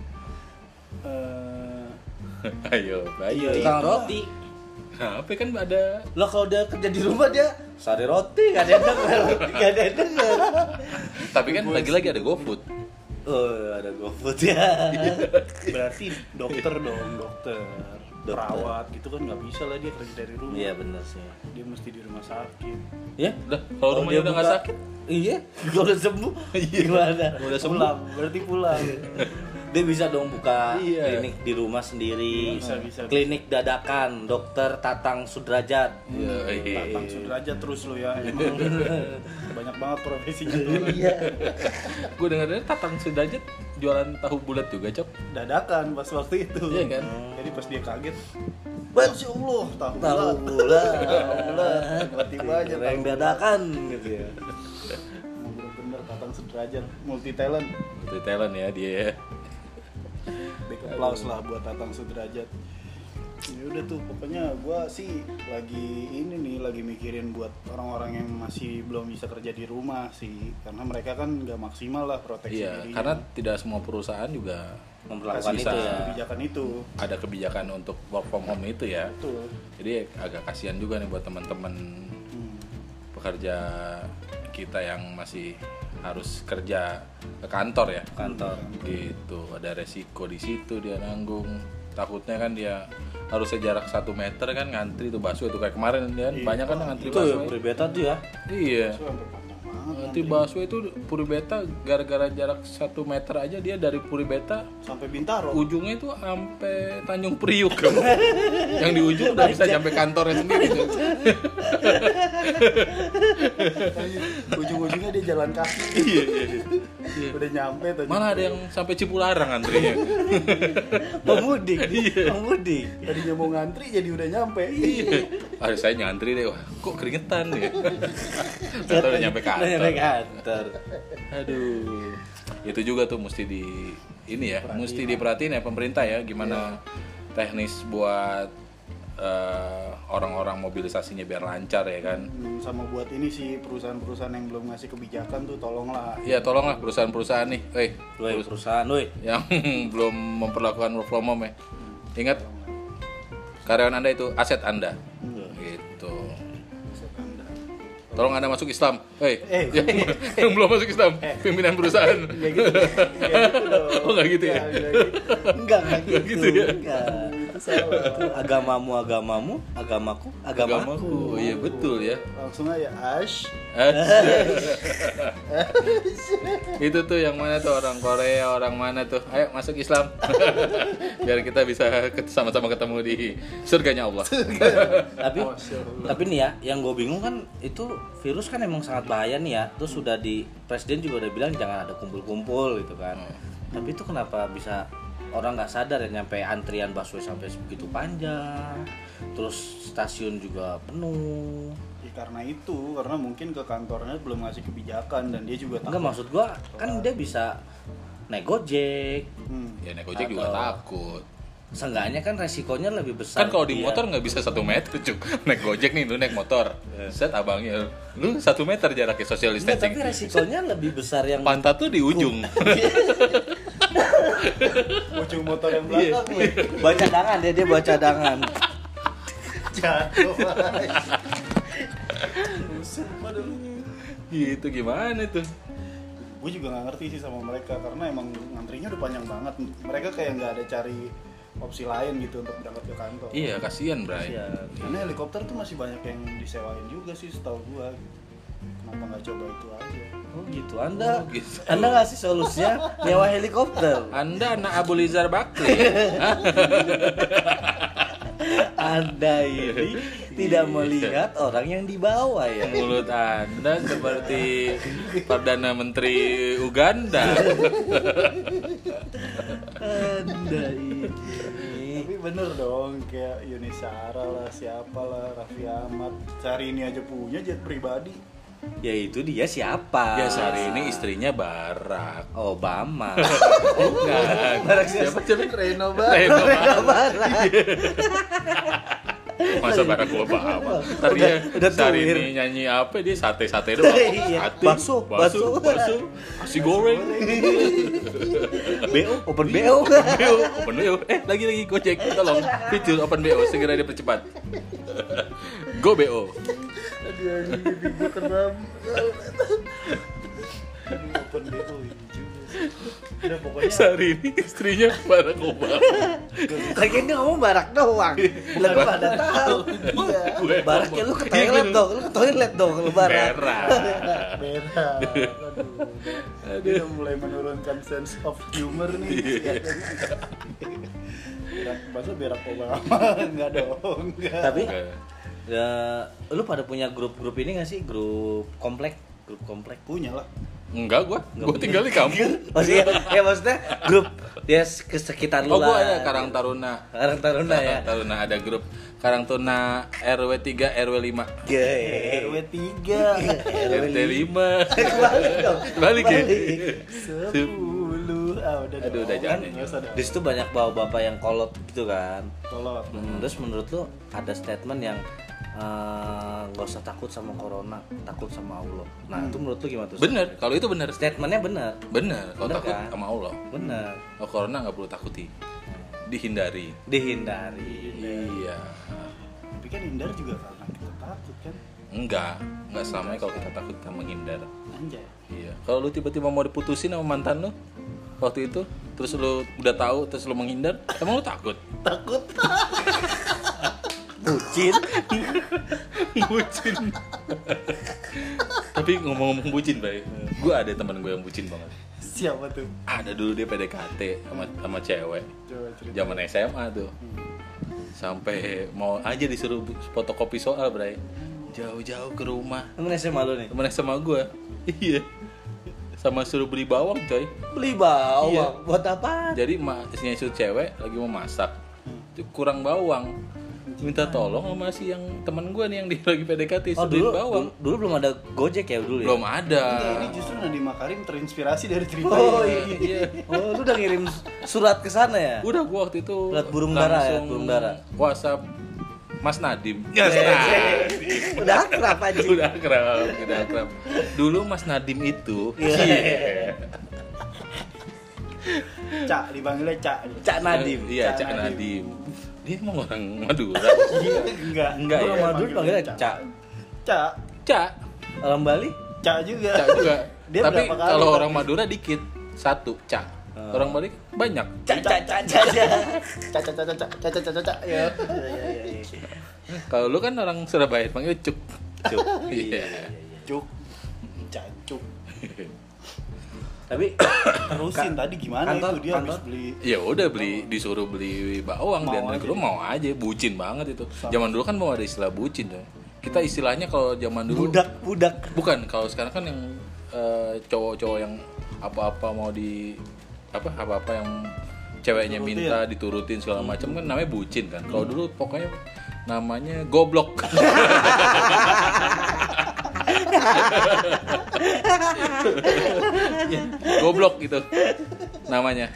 S2: Eh,
S1: Ayo, ayo.
S3: Tukang roti.
S1: Apa kan ada
S3: Lo kalau dia kerja di rumah dia sari roti gak ada yang denger, gak ada yang denger.
S1: tapi kan lagi-lagi ada GoFood.
S3: Oh, ada GoFood ya.
S2: berarti dokter dong dokter
S3: Dokter.
S2: perawat gitu kan nggak bisa lah dia kerja dari rumah
S3: Iya benar sih.
S2: dia mesti di rumah sakit
S3: Ya,
S1: Udah, kalau rumahnya udah nggak
S3: buka-
S1: sakit,
S3: Iya, kalau udah sembuh gimana?
S1: udah sembuh.
S2: pulang berarti pulang
S3: Dia bisa dong buka
S1: Iya.
S3: klinik di rumah sendiri.
S2: Bisa, bisa,
S3: klinik dadakan, dokter Tatang Sudrajat.
S1: Iya, iya.
S2: langsung aja terus lo ya emang banyak banget profesinya tuh
S3: Iya.
S1: Gue dengar Tatang Sudrajat jualan tahu bulat juga, Cok.
S2: dadakan pas waktu itu
S1: Iya kan?
S2: jadi pas dia kaget
S3: Bang,
S2: Masya Allah, tahu
S3: tahu
S2: bulat.
S3: gula.
S2: Tiba-tiba aja tahu
S3: Yang
S2: bulat.
S3: dadakan gitu ya.
S2: Emang bener-bener tatang sederajat multi talent
S1: Itu Thailand ya dia. ya.
S2: big applause lah buat tatang sederajat ya udah tuh pokoknya gua sih lagi ini nih lagi mikirin buat orang-orang yang masih belum bisa kerja di rumah sih karena mereka kan nggak maksimal lah proteksi
S1: Iya,
S2: dirinya.
S1: karena tidak semua perusahaan juga
S3: Memperlakukan
S1: Bisa.
S3: itu ya.
S2: kebijakan itu
S1: ada kebijakan untuk work from home itu ya.
S2: betul
S1: Jadi agak kasihan juga nih buat teman-teman
S2: Hmm.
S1: pekerja kita yang masih harus kerja ke kantor ya.
S3: Kantor.
S1: Gitu, ada resiko di situ dia nanggung. Takutnya kan dia harusnya jarak satu meter kan ngantri tuh bakso itu kayak kemarin kan banyak kan yang ngantri
S3: Itu
S1: bakso.
S3: ya, Pribeta tuh ya.
S1: Iya.
S2: Itu sampai panjang banget
S1: Nanti Baswe itu Puribeta gara-gara jarak satu meter aja dia dari Puribeta
S2: sampai bintaro
S1: ujungnya itu sampai Tanjung Priuk yang di ujung udah bisa sampai kantornya sendiri tuh.
S2: ujung-ujungnya dia jalan kaki
S1: iya, iya, iya.
S2: udah nyampe tadi
S1: Malah ada yang sampai Cipularang antrinya.
S3: Pemudik, pemudik.
S2: tadinya mau ngantri jadi udah nyampe
S1: iya. Ah, saya nyantri deh, wah kok keringetan ya. Ternyata udah nyampe
S3: Udah nyampe
S1: kantor.
S3: kantor.
S1: Aduh. Itu juga tuh mesti di ini ya, mesti diperhatiin ya pemerintah ya
S2: Iya.
S1: gimana teknis buat eh, orang-orang mobilisasinya biar lancar ya kan.
S2: Hmm, sama buat ini sih perusahaan-perusahaan yang belum ngasih kebijakan tuh tolonglah
S1: Ya tolonglah perusahaan-perusahaan nih, eh
S3: Woi, perusahaan, woi.
S1: yang belum memperlakukan work from home ya. Ingat karyawan Anda itu aset Anda.
S2: Iya.
S1: Gitu. Tolong Anda masuk Islam. Hei,
S2: Eh.
S1: yang, yang belum masuk Islam, pimpinan perusahaan.
S2: Nggak gitu, nggak gitu dong.
S1: Oh, nggak gitu ya?
S2: Nggak, nggak gitu.
S3: Enggak, enggak gitu.
S1: gitu ya?
S3: Enggak. Itu agamamu, agamamu, agamaku, agamaku.
S1: Agamaku. Iya betul ya.
S2: Langsung aja ash.
S1: itu tuh yang mana tuh orang Korea orang mana tuh ayo masuk Islam biar kita bisa ket- sama-sama ketemu di surganya Allah
S3: Tapi tapi nih ya, yang gue bingung kan itu virus kan emang sangat bahaya nih ya. Terus sudah di presiden juga udah bilang jangan ada kumpul-kumpul gitu kan. Tapi itu kenapa bisa orang nggak sadar ya nyampe antrian busway sampai begitu panjang. Terus stasiun juga penuh.
S2: Ya, karena itu, karena mungkin ke kantornya belum ngasih kebijakan dan dia juga
S3: Enggak
S2: takut.
S3: maksud gua kan dia bisa naik Gojek.
S2: Hmm.
S1: ya naik ojek juga
S3: Atau-
S1: takut
S3: Seenggaknya kan resikonya lebih besar. Iya.
S1: kan kalau di
S3: dia.
S1: motor nggak bisa satu meter cuk naik gojek nih lu naik motor set abangnya lu satu meter jaraknya social
S3: Enggak, Iya. tapi
S1: distancing
S3: resikonya lebih besar yang
S1: pantat tuh di ujung
S2: Ujung motor yang
S1: Iya.
S2: belakang weh.
S3: Iya. bawa cadangan dia dia bawa cadangan.
S1: Iya.
S2: Jatuh. weh. Buset, waduh.
S3: Iya.
S1: gitu gimana tuh
S2: Gue juga nggak ngerti sih sama mereka karena emang ngantrinya udah panjang banget. Mereka kayak nggak ada cari opsi lain gitu untuk berangkat ke kantor.
S1: iya kasihan Bray
S3: Iya.
S2: Karena helikopter tuh masih banyak yang disewain juga sih setahu gua. Kenapa nggak coba itu aja?
S3: Oh gitu. Anda
S1: Oh, gitu.
S3: Anda ngasih solusinya nyewa helikopter.
S1: anda anak Abu Lizar Bakri
S3: Anda ini tidak
S1: Iya.
S3: melihat orang yang dibawa ya.
S1: mulut anda seperti perdana menteri Uganda
S3: Anda ini
S2: Tapi bener dong kayak Yunisara lah siapa lah Raffi Ahmad sehari ini aja punya jet pribadi
S3: ya itu dia siapa
S1: Ya sehari ini istrinya Barak.
S3: Obama
S1: Bukan. Siapa siapa?
S4: Reno
S1: Reno Barak.
S3: Obama
S1: Masa Barak Obama. Ntar dia
S3: udah
S1: sehari
S3: tuir.
S1: ini nyanyi apa dia sate-sate doang.
S3: Iya.
S1: Sate,
S3: Bakso,
S1: bakso,
S3: bakso.
S1: bakso. Nasi goreng.
S3: BO open BO
S1: BO, open BO. Eh, lagi-lagi Gojek, tolong. Fitur open BO, segera dipercepat. Go BO.
S2: dia ini bibi gue kram open BO ini juga sih. udah pokoknya
S1: Sehari ini istrinya Barack Obama.
S3: Kayaknya dia ngomong barak doang
S1: Iya.
S3: Lebih pada tahu
S1: Gue
S3: Iya. Baraknya lu ke toilet dong Lu ke toilet dong lu barak
S1: gitu. Merah.
S2: merah aduh dia udah mulai menurunkan sense of humor nih
S1: Iya.
S2: berak masa berak Obama enggak dong enggak
S3: Tapi ya, Lu pada punya grup-grup ini gak sih? Grup komplek Grup komplek
S2: punya lah
S1: Enggak gua, gua tinggal di kampung.
S3: Maksudnya, ya maksudnya grup ya ke sekitar lu
S1: Oh gua
S3: lah.
S1: ada Karang Taruna.
S3: Karang Taruna ya.
S1: Karang Taruna ada grup Karang Taruna RW 3 RW 5
S3: Gay.
S2: RW 3
S1: RT 5
S3: Iya, Kebalik dong.
S1: balik ya
S2: sepuluh ah udah
S1: Aduh, udah jangan ya.
S2: nggak usah dong
S3: Di situ banyak bapak-bapak yang kolot gitu kan.
S2: tolong
S1: Hmm.
S3: Terus menurut lu ada statement yang eh, nggak usah takut sama corona, takut sama Allah. Nah,
S1: Hmm.
S3: itu menurut lu gimana tuh?
S1: bener kalau itu bener
S3: Statementnya bener.
S1: bener kalau
S3: Bener
S1: takut
S3: kan?
S1: sama Allah
S3: Bener.
S1: kalau corona nggak perlu takuti dihindari
S3: Dihindari.
S1: iya
S2: tapi kan hindar juga karena kita takut kan
S1: enggak enggak selamanya kalau kita takut kita menghindar
S2: anjay
S1: iya kalau lu tiba-tiba mau diputusin sama mantan lu waktu itu terus lu udah tahu terus lu menghindar emang lu takut
S2: takut
S3: Bucin.
S1: bucin tapi ngomong-ngomong bucin baik gue ada teman gue yang bucin banget
S2: siapa tuh
S1: ada dulu dia PDKT sama sama cewek
S2: coba cerita
S1: zaman SMA tuh sampai mau aja disuruh bu- fotokopi soal bray jauh-jauh ke rumah
S3: Temen SMA lu nih.
S1: temen SMA gue iya sama suruh beli bawang coy
S3: Beli bawang
S1: Iya.
S3: buat apa?
S1: jadi masnya itu cewek lagi mau masak Itu kurang bawang minta tolong sama si yang temen gue nih yang dia lagi PDKT
S3: Oh,
S1: suruh
S3: dulu,
S1: beli bawang
S3: dulu dulu belum ada Gojek ya dulu ya?
S1: belum ada
S2: Enggak, Eh, ini justru Nadiem Makarim terinspirasi dari cerita
S3: Oh,
S2: ini.
S1: iya
S3: Oh, lu udah ngirim surat ke sana ya?
S1: Udah gua waktu itu
S3: Lihat burung dara ya,
S1: langsung
S3: burung dara.
S1: WhatsApp Mas Nadim. Yes, Nadim.
S3: Udah akrab aja.
S1: Udah akrab, udah akrab. Dulu Mas Nadim itu Iya.
S2: Cak, dipanggilnya Cak.
S3: Cak Nadim.
S1: Iya,
S2: Cak
S1: Cak Nadim.
S2: Nadim.
S1: Dia emang orang Madura.
S2: Iya, enggak.
S1: Enggak
S3: Orang
S1: ya?
S3: Madura panggilnya Cak.
S2: Cak.
S1: Cak,
S3: Orang Bali?
S2: Cak juga.
S1: Cak juga.
S2: Dia
S1: Tapi
S2: berapa kali,
S1: kalau
S2: Pak?
S1: orang Madura dikit, satu Cak. Orang Bali banyak.
S3: Cak cak cak cak. cak.
S2: Cak, Cak, Cak, Cak, Cak, Cak, Cak, Cak, Cak. Ya.
S1: Kalau lu kan orang Surabaya panggil Cuk.
S3: Cuk.
S1: Iya.
S2: Cuk. Cak, Cuk.
S3: Tapi
S2: Terusin tadi gimana
S3: kantor,
S2: itu dia habis
S3: kantor.
S2: beli
S1: Ya udah beli disuruh beli bawang
S2: Mau
S1: dan
S2: aja.
S1: lu mau aja bucin banget itu. Zaman dulu kan mau ada istilah bucin ya. Kita istilahnya kalau zaman dulu
S3: budak budak.
S1: bukan kalau sekarang kan yang eh, cowok-cowok yang apa-apa mau di apa apa-apa yang ceweknya
S2: Diturutin. Hmm.
S1: minta diturutin segala macam kan namanya bucin kan. Kalau dulu pokoknya namanya goblok. Ya, goblok gitu namanya.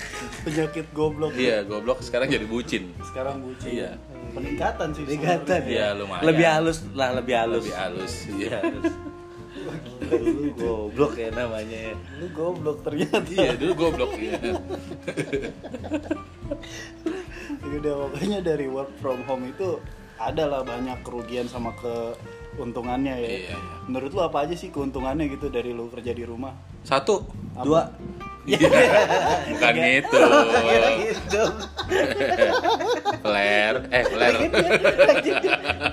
S2: penyakit goblok.
S1: Iya, goblok sekarang jadi bucin.
S2: Sekarang bucin.
S1: Iya.
S2: Peningkatan sih.
S3: Dikata
S2: sebenarnya.
S1: Iya, lumayan.
S3: Lebih halus lah, lebih halus.
S1: Lebih halus. Iya.
S3: Dulu goblok ya namanya.
S2: Lu goblok ternyata.
S1: Iya, dulu goblok iya.
S2: Ya udah pokoknya dari work from home itu adalah banyak kerugian sama keuntungannya ya.
S1: Iya, iya.
S2: Menurut lu apa aja sih keuntungannya gitu dari lu kerja di rumah?
S1: Satu.
S2: Apa?
S3: Dua.
S1: Iya. Bukan gitu.
S3: Kira gitu.
S1: Flair, eh flair.
S3: Dia,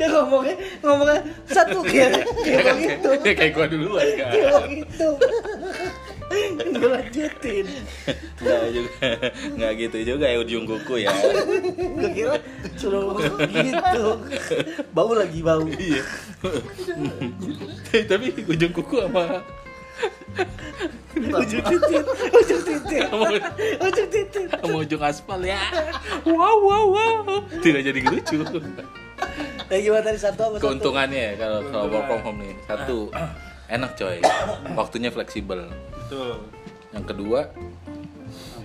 S3: dia ngomongnya ngomongnya satu kira kira gitu.
S1: Dia kayak gua duluan kan.
S3: Kira gitu. Gue lanjutin.
S1: Enggak juga. Enggak gitu juga ya ujung kuku ya.
S3: Gue kira suruh ngomong gitu. Bau lagi bau.
S1: Eh, Iya. Tapi ujung kuku sama
S3: ujung titit ujung titit ujung titit
S1: Mau ujung aspal ya. Wow wow wow. Tidak jadi lucu.
S3: ya gimana tadi satu apa satu?
S1: Keuntungannya ya kalau kalau work from home nih. Satu, enak coy. Waktunya fleksibel.
S2: betul
S1: Yang kedua,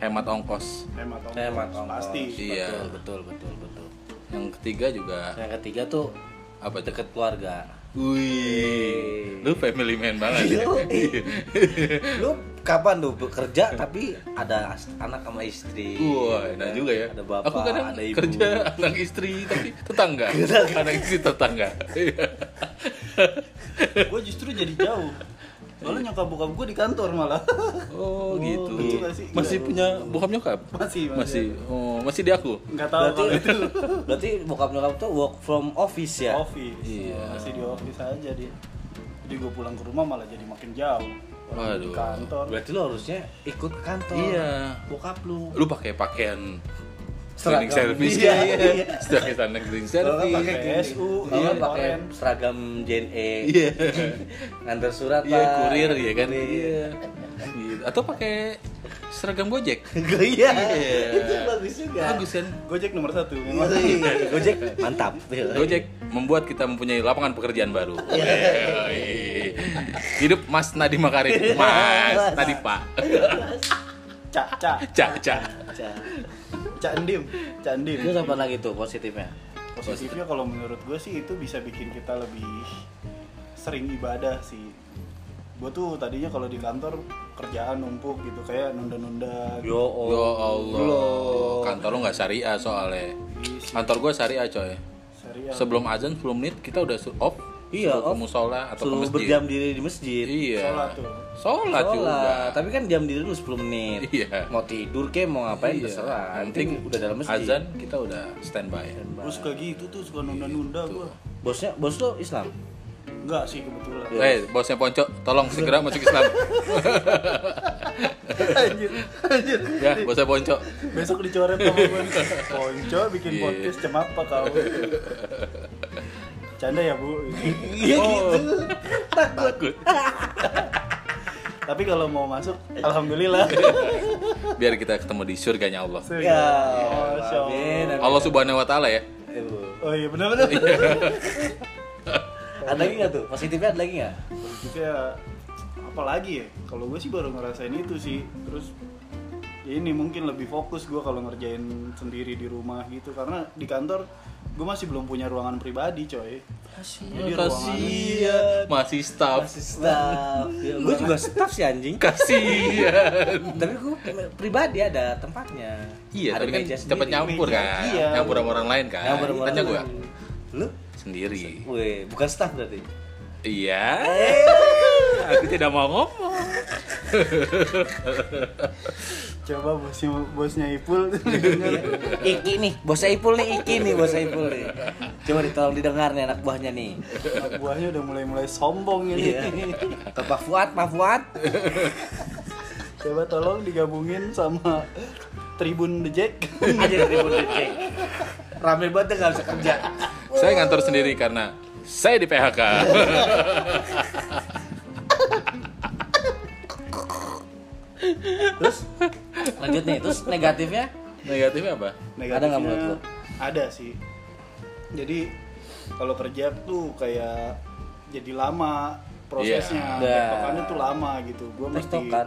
S1: hemat ongkos.
S2: hemat ongkos
S3: hemat ongkos
S2: pasti
S1: Iya.
S3: Eh, betul betul betul betul
S1: Yang ketiga juga
S3: yang ketiga tuh
S1: apa tuh?
S3: deket keluarga
S1: Wih, lu family man banget ya.
S3: Yoi. lu kapan tuh bekerja tapi ada as- anak sama istri
S1: Wah, enak juga ya.
S3: ada bapak
S1: Aku kadang
S3: ada ibu
S1: kerja anak istri tapi tetangga. anak istri tetangga. Iya.
S2: gue justru jadi jauh soalnya nyokap bokap gue di kantor malah
S1: oh, gitu.
S2: lucu gak sih?
S1: Masih
S2: Iya.
S1: punya bokap nyokap? Masih.
S2: Masih, masih.
S1: Oh, masih di aku.
S2: nggak tahu
S3: berarti
S2: kalau itu
S3: berarti bokap nyokap tuh work from office ya
S2: office
S1: Iya.
S2: masih di office aja dia jadi gue pulang ke rumah malah jadi makin jauh Orang
S1: Waduh.
S2: di kantor
S3: berarti lu harusnya ikut ke kantor
S1: Iya.
S3: bokap lu
S1: Lu pakai pakaian
S3: Seragam.
S1: cleaning service
S3: Iya,
S1: kan?
S3: iya, iya.
S1: Pakai standar cleaning
S3: Kalau
S1: service.
S3: kan pakai
S2: PSU,
S3: Kalau
S2: iya,
S3: kan pakai
S2: oren.
S3: seragam JNE.
S1: Iya.
S3: Nganter surat
S1: Iya,
S3: Pak.
S1: kurir ya kan.
S3: Oh, Kurir.
S1: Iya. Gitu. Atau pakai seragam Gojek.
S3: Iya.
S1: Iya.
S3: Itu bagus juga.
S1: Bagus kan?
S2: Gojek nomor satu memang
S3: Iya. Gojek mantap.
S1: Gojek membuat kita mempunyai lapangan pekerjaan baru.
S3: Iya.
S1: Yoi. Hidup Mas Nadi
S3: Iya,
S1: Makarim, Mas Nadi Pak,
S2: cak cak
S1: Cak Cak.
S3: Cah.
S2: cak endim cak endim
S3: Terus apa lagi tuh positifnya?
S2: positifnya kalau menurut gue sih itu bisa bikin kita lebih sering ibadah sih gue tuh tadinya kalau di kantor kerjaan numpuk gitu kayak nunda-nunda gitu.
S3: Yo
S1: Ya Allah, kantor lu nggak syariah soalnya. Kantor gua syariah coy.
S2: serial
S1: Sebelum azan 10 menit kita udah su- off.
S3: Iya,
S1: Suruh ke
S3: off.
S1: musola atau ke
S3: Suruh
S1: masjid.
S3: berjam diri di masjid.
S1: Iya.
S2: Sholat tuh.
S1: Sholat juga.
S3: Sholat. Tapi kan jam diri dulu 10 menit.
S1: Iya.
S3: Mau tidur ke mau ngapain
S1: Iya.
S3: terserah.
S1: Yang penting
S3: udah dalam masjid. Iya.
S1: Azan kita udah standby.
S2: gue suka gitu tuh suka nunda-nunda gue
S3: Bosnya bos lo Islam.
S2: enggak sih kebetulan
S1: Eh, bosnya Ponco, tolong segera masuk Islam.
S2: anjir anjir
S1: ya, bosnya Ponco.
S2: besok dicoret sama gue ponco bikin
S1: Iya.
S2: podcast cem apa kau canda ya bu
S3: Iya
S1: Oh.
S3: gitu.
S1: Takut.
S2: tapi kalau mau masuk alhamdulillah
S1: biar kita ketemu di surganya Allah.
S3: Ya.
S2: Masya Allah.
S3: Amin. amin.
S1: Allah Subhanahu wa taala ya.
S2: oh iya benar-benar
S3: Ada lagi nggak tuh? Positifnya ada lagi nggak?
S2: Positifnya apalagi ya? Kalau gue sih baru ngerasain itu sih. Terus ya ini mungkin lebih fokus gue kalau ngerjain sendiri di rumah gitu karena di kantor gue masih belum punya ruangan pribadi coy. Jadi ruangannya
S1: Kasihan, masih staff.
S3: Staff.
S1: Ya
S3: gue juga staff sih anjing.
S1: Kan. Kasihan.
S3: Tapi gue pribadi ada tempatnya.
S1: Iya,
S3: ada
S1: tapi kan
S3: meja
S1: cepet
S3: sendiri.
S1: nyampur
S2: meja.
S1: kan.
S2: Iya.
S1: Nyampur sama orang lain kan.
S3: Nyampur sama
S1: Tanya
S3: orang
S1: gue
S3: lain. Lu?
S1: sendiri.
S3: Weh, bukan staff berarti.
S1: Iya. Aku tidak mau ngomong.
S2: Coba bosnya bosnya Ipul
S3: Iki nih, bos Saipul nih, Iki nih, bos Saipul nih. Coba ditolong didengar nih anak buahnya nih.
S2: anak buahnya udah mulai-mulai sombong ini.
S3: Iya. Ke Pak Fuad, Pak Fuad.
S2: Coba tolong digabungin sama Tribun The Jack.
S3: Aja ribut dicek. Rame banget nggak bisa kerja.
S1: Saya ngantor sendiri karena saya di PHK.
S3: Terus lanjut nih, terus negatifnya?
S1: Negatifnya apa?
S3: Ada nggak menurut lu?
S2: Ada sih. Jadi kalau kerja tuh kayak jadi lama prosesnya.
S3: Iya.
S2: Tektokannya tuh lama gitu. Gua mesti
S3: Tektokan?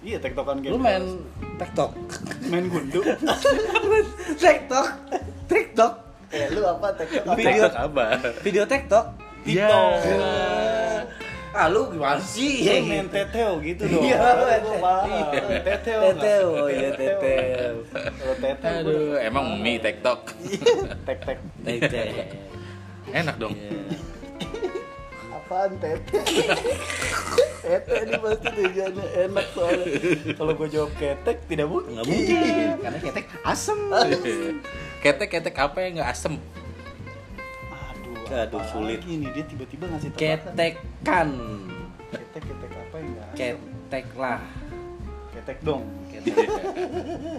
S2: Iya, tektokan kayak
S3: Lu
S2: gitu.
S3: main TikTok.
S2: main gundu.
S3: TikTok. TikTok.
S2: eh, lu apa tektokan?
S3: Video
S1: Tektok apa?
S3: video TikTok.
S1: Iya.
S3: Ah lu gimana sih?
S2: Lu main teteo gitu dong.
S3: Iya, main
S2: Gua paham. Teteo.
S3: Teteo, iya, teteo.
S2: Kalau teteo gua
S1: Aduh, emang mie TikTok.
S2: tek-tek.
S3: Teteh.
S1: Enak dong.
S3: Iya.
S2: Apaan tete? tete ini pasti tujuannya enak soalnya. Kalau gue jawab ketek tidak mungkin.
S3: Enggak mungkin karena ketek asem.
S1: Ketek-ketek apa yang nggak asem?
S2: Aduh,
S3: Aduh,
S2: apaan
S3: sulit.
S2: lagi Ini dia tiba-tiba ngasih tebakan.
S3: Ketekan.
S2: Ketek, ketek apa yang enggak?
S3: Ketek lah.
S2: Ketek dong.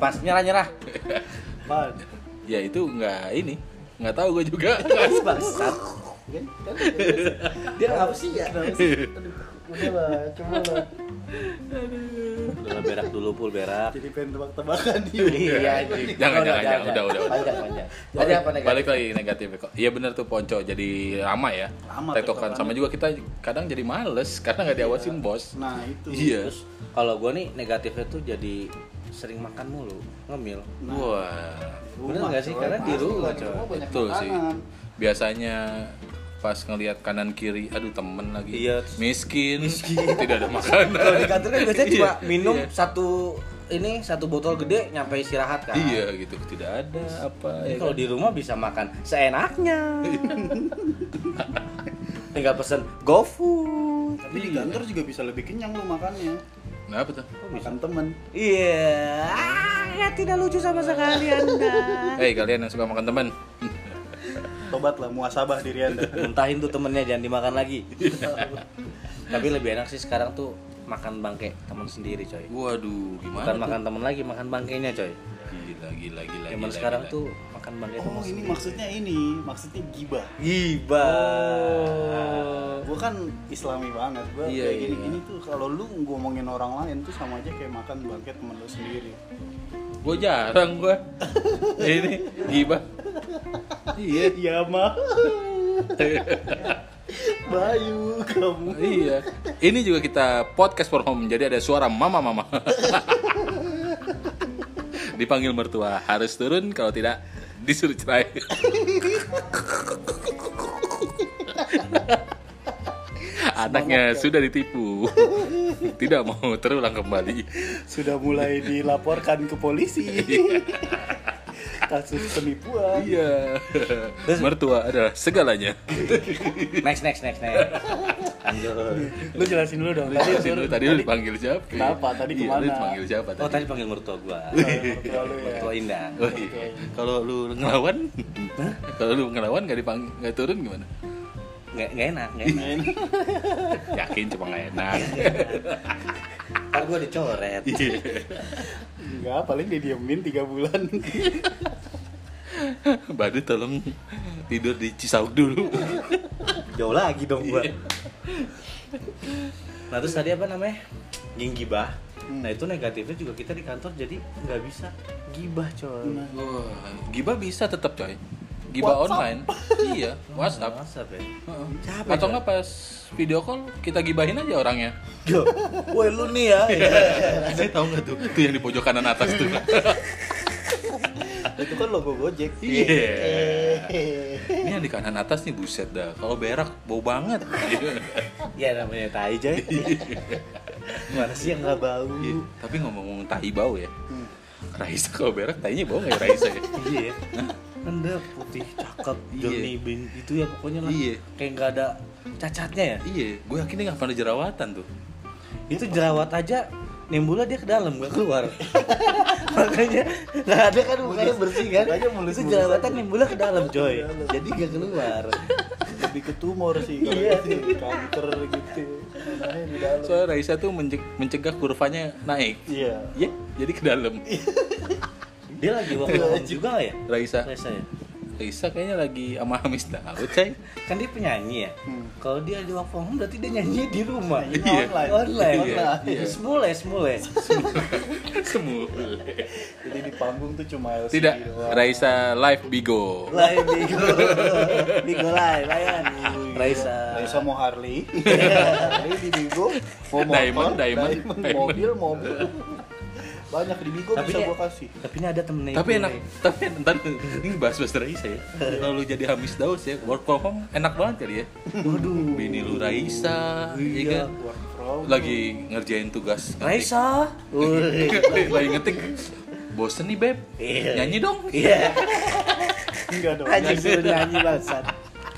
S3: Pas nyerah nyerah.
S2: Apaan?
S1: Ya itu nggak ini. Nggak tahu gue juga. Nggak asem.
S3: Bangsat.
S2: Kan?
S3: Dia apa sih ya?
S2: Kenapa sih? Aduh, udah lah, coba lah.
S3: Udah berak dulu pul berak.
S2: Jadi pengen tebak-tebakan dia.
S5: Iya, anjing.
S1: Jangan,
S5: Udah,
S1: jangan, jangan. Udah, udah, udah.
S5: Panjang, panjang. Tadi apa negatif?
S1: Balik lagi negatif. Iya benar tuh Ponco jadi lama ya.
S2: Lama
S1: Tektokan
S2: tektokannya.
S1: sama juga kita kadang jadi males karena nggak diawasin bos.
S2: Nah, itu.
S1: Iya.
S3: Terus kalau gue nih negatifnya tuh jadi sering makan mulu, ngemil.
S1: Wah.
S3: Bener nggak sih?
S2: coy.
S3: Karena di rumah
S5: Pasti,
S3: coy.
S5: di rumah banyak
S1: Betul sih.
S2: makanan.
S1: Biasanya pas ngelihat kanan kiri, aduh temen lagi.
S3: Iya, terus-
S1: Miskin, tidak ada makanan.
S3: Kalau di kantor kan biasanya
S1: Iya,
S3: cuma minum
S1: iya.
S3: satu ini satu botol gede nyampe istirahat kan.
S1: Iya gitu, tidak ada apa. ya
S3: Jadi kalau
S1: kan?
S3: di rumah bisa makan seenaknya. Tinggal pesen GoFood.
S2: Tapi di kantor juga bisa lebih kenyang lu makannya.
S1: Kenapa Nah, tuh?
S2: Makan temen.
S3: Iya. Ah, tidak lucu sama sekali Anda.
S1: Hei kalian yang suka makan teman,
S3: Hmm.
S2: Tobatlah muasabah diri Anda.
S3: Muntahin tuh temennya jangan dimakan lagi. Tapi lebih enak sih sekarang tuh makan bangke teman sendiri coy.
S1: waduh gimana?
S3: Bukan
S1: tuh?
S3: makan teman lagi, makan bangkainya coy.
S1: Gila, gila, gila.
S3: Zaman
S1: gila,
S3: sekarang
S1: gila.
S3: tuh makan bangke
S2: Oh,
S3: teman
S2: ini
S3: sendiri.
S2: maksudnya ini, maksudnya gibah.
S3: Hiba. Oh.
S2: Gue kan islami banget, gue
S1: Iya,
S2: kayak
S1: iya.
S2: gini-gini tuh kalau lu ngomongin orang lain tuh sama aja kayak makan bangke temen lu sendiri.
S1: Gue jarang gue. Ini gibah.
S2: Iya, iya mah. Bayu kamu.
S1: Iya. Ini juga kita podcast for home. Jadi ada suara mama mama. Dipanggil mertua harus turun kalau tidak disuruh cerai. Anaknya sudah ditipu. Tidak mau terulang kembali.
S2: Sudah mulai dilaporkan ke polisi. Iya. Kasus penipuan.
S1: Iya. Mertua adalah segalanya.
S3: Next next next next. Lanjut.
S2: Lu jelasin Iya, dulu dong. Tadi
S1: Tadi lu tadi lu dipanggil siapa?
S2: Kenapa? Tadi
S1: Iya, lu
S2: kemana?
S1: dipanggil siapa
S3: Oh
S1: tadi?
S3: tadi panggil mertua gua.
S2: Terlalu ya.
S3: Oh, iya, Mertua Indah.
S1: Oh, iya. Kalau lu ngelawan, kalau lu ngelawan gak dipanggil, gak turun gimana?
S3: Nggak nggak enak, nggak enak.
S1: Yakin cuma gak enak.
S3: Ntar gua dicoret.
S2: Enggak, paling didiemin 3 bulan.
S1: Badu tolong tidur di Cisauk dulu.
S3: Jauh lagi dong gua. Iya. Nah terus tadi apa namanya? Ginggibah. Nah itu negatifnya juga kita di kantor jadi nggak bisa gibah coy.
S1: Giba bisa tetap coy. Giba online. Iya, WhatsApp.
S3: WhatsApp ya.
S1: Heeh.
S3: Capek,
S1: Atau
S3: coy.
S1: nggak pas video call kita gibahin aja orangnya.
S3: Yo, woi lu nih ya.
S1: Saya tahu nggak tuh? Itu yang di pojok kanan atas tuh.
S2: Itu kan logo Gojek.
S1: Iya. Ini yang di kanan atas nih buset dah. Kalau berak bau banget.
S3: Ya namanya tai coy. Mana sih yang nggak bau?
S1: Iya, Tapi ngomong-ngomong tahi bau ya. Raisa kalau berak tahinya bau nggak ya Raisa ya?
S3: Iya. Anda putih, cakep,
S1: Iya.
S3: Johnny Bean itu ya pokoknya lah.
S1: Iya.
S3: Kayak nggak ada cacatnya ya.
S1: Iya, gue yakin dia nggak pernah jerawatan tuh.
S3: Itu jerawat aja nimbulnya dia ke dalam nggak keluar. Makanya nggak ada kan mukanya bersih kan?
S2: Makanya mulus-
S3: itu
S2: mulus
S3: jerawatan nimbulnya ke dalam coy. Jadi nggak keluar.
S2: Lebih ke tumor sih kalau gitu. kanker gitu. Makanya di dalam.
S1: Soalnya Raisa tuh mence- mencegah kurvanya naik.
S2: Iya.
S1: Iya, jadi ke dalam.
S3: Dia lagi work from home juga nggak ya?
S1: Raisa,
S3: Selesai ya?
S1: Raisa kayaknya lagi sama Hamis Daud, Cai.
S3: Kan dia penyanyi ya.
S2: Hmm.
S3: Kalau dia di work from home berarti dia nyanyi di rumah.
S2: Nyanyi
S1: Iya.
S2: online.
S3: Online.
S1: Iya, iya.
S3: Semule, semule.
S1: Semua.
S2: Jadi di panggung tuh cuma LCD
S1: Tidak,
S2: doang.
S1: Raisa live bigo.
S3: Live Bigo. Bigo live, ayan. Raisa.
S2: Raisa mau Harley. Harley di Bigo, mau motor,
S1: Diamond, diamond, diamond.
S2: mobil, mobil. Banyak di Bigo
S3: Tapi
S2: bisa
S3: dia-
S2: gua kasih.
S3: Tapi ini ada temennya.
S1: Tapi
S3: itu,
S1: enak,
S3: nih.
S1: tapi ntar ini bahas bahas Raisa ya. Kalau lu jadi Hamis Daud ya, work from home enak banget kali ya.
S3: Waduh.
S1: Bini lu
S3: Iya,
S1: Raisa, ya kan?
S2: Work from
S1: Lagi ngerjain tugas. ngetik.
S3: Raisa. Wih.
S1: Lagi ngetik. Bosen nih beb,
S3: Iya.
S1: nyanyi dong.
S3: Iya.
S2: enggak dong.
S3: Anjing suruh nyanyi bangsat.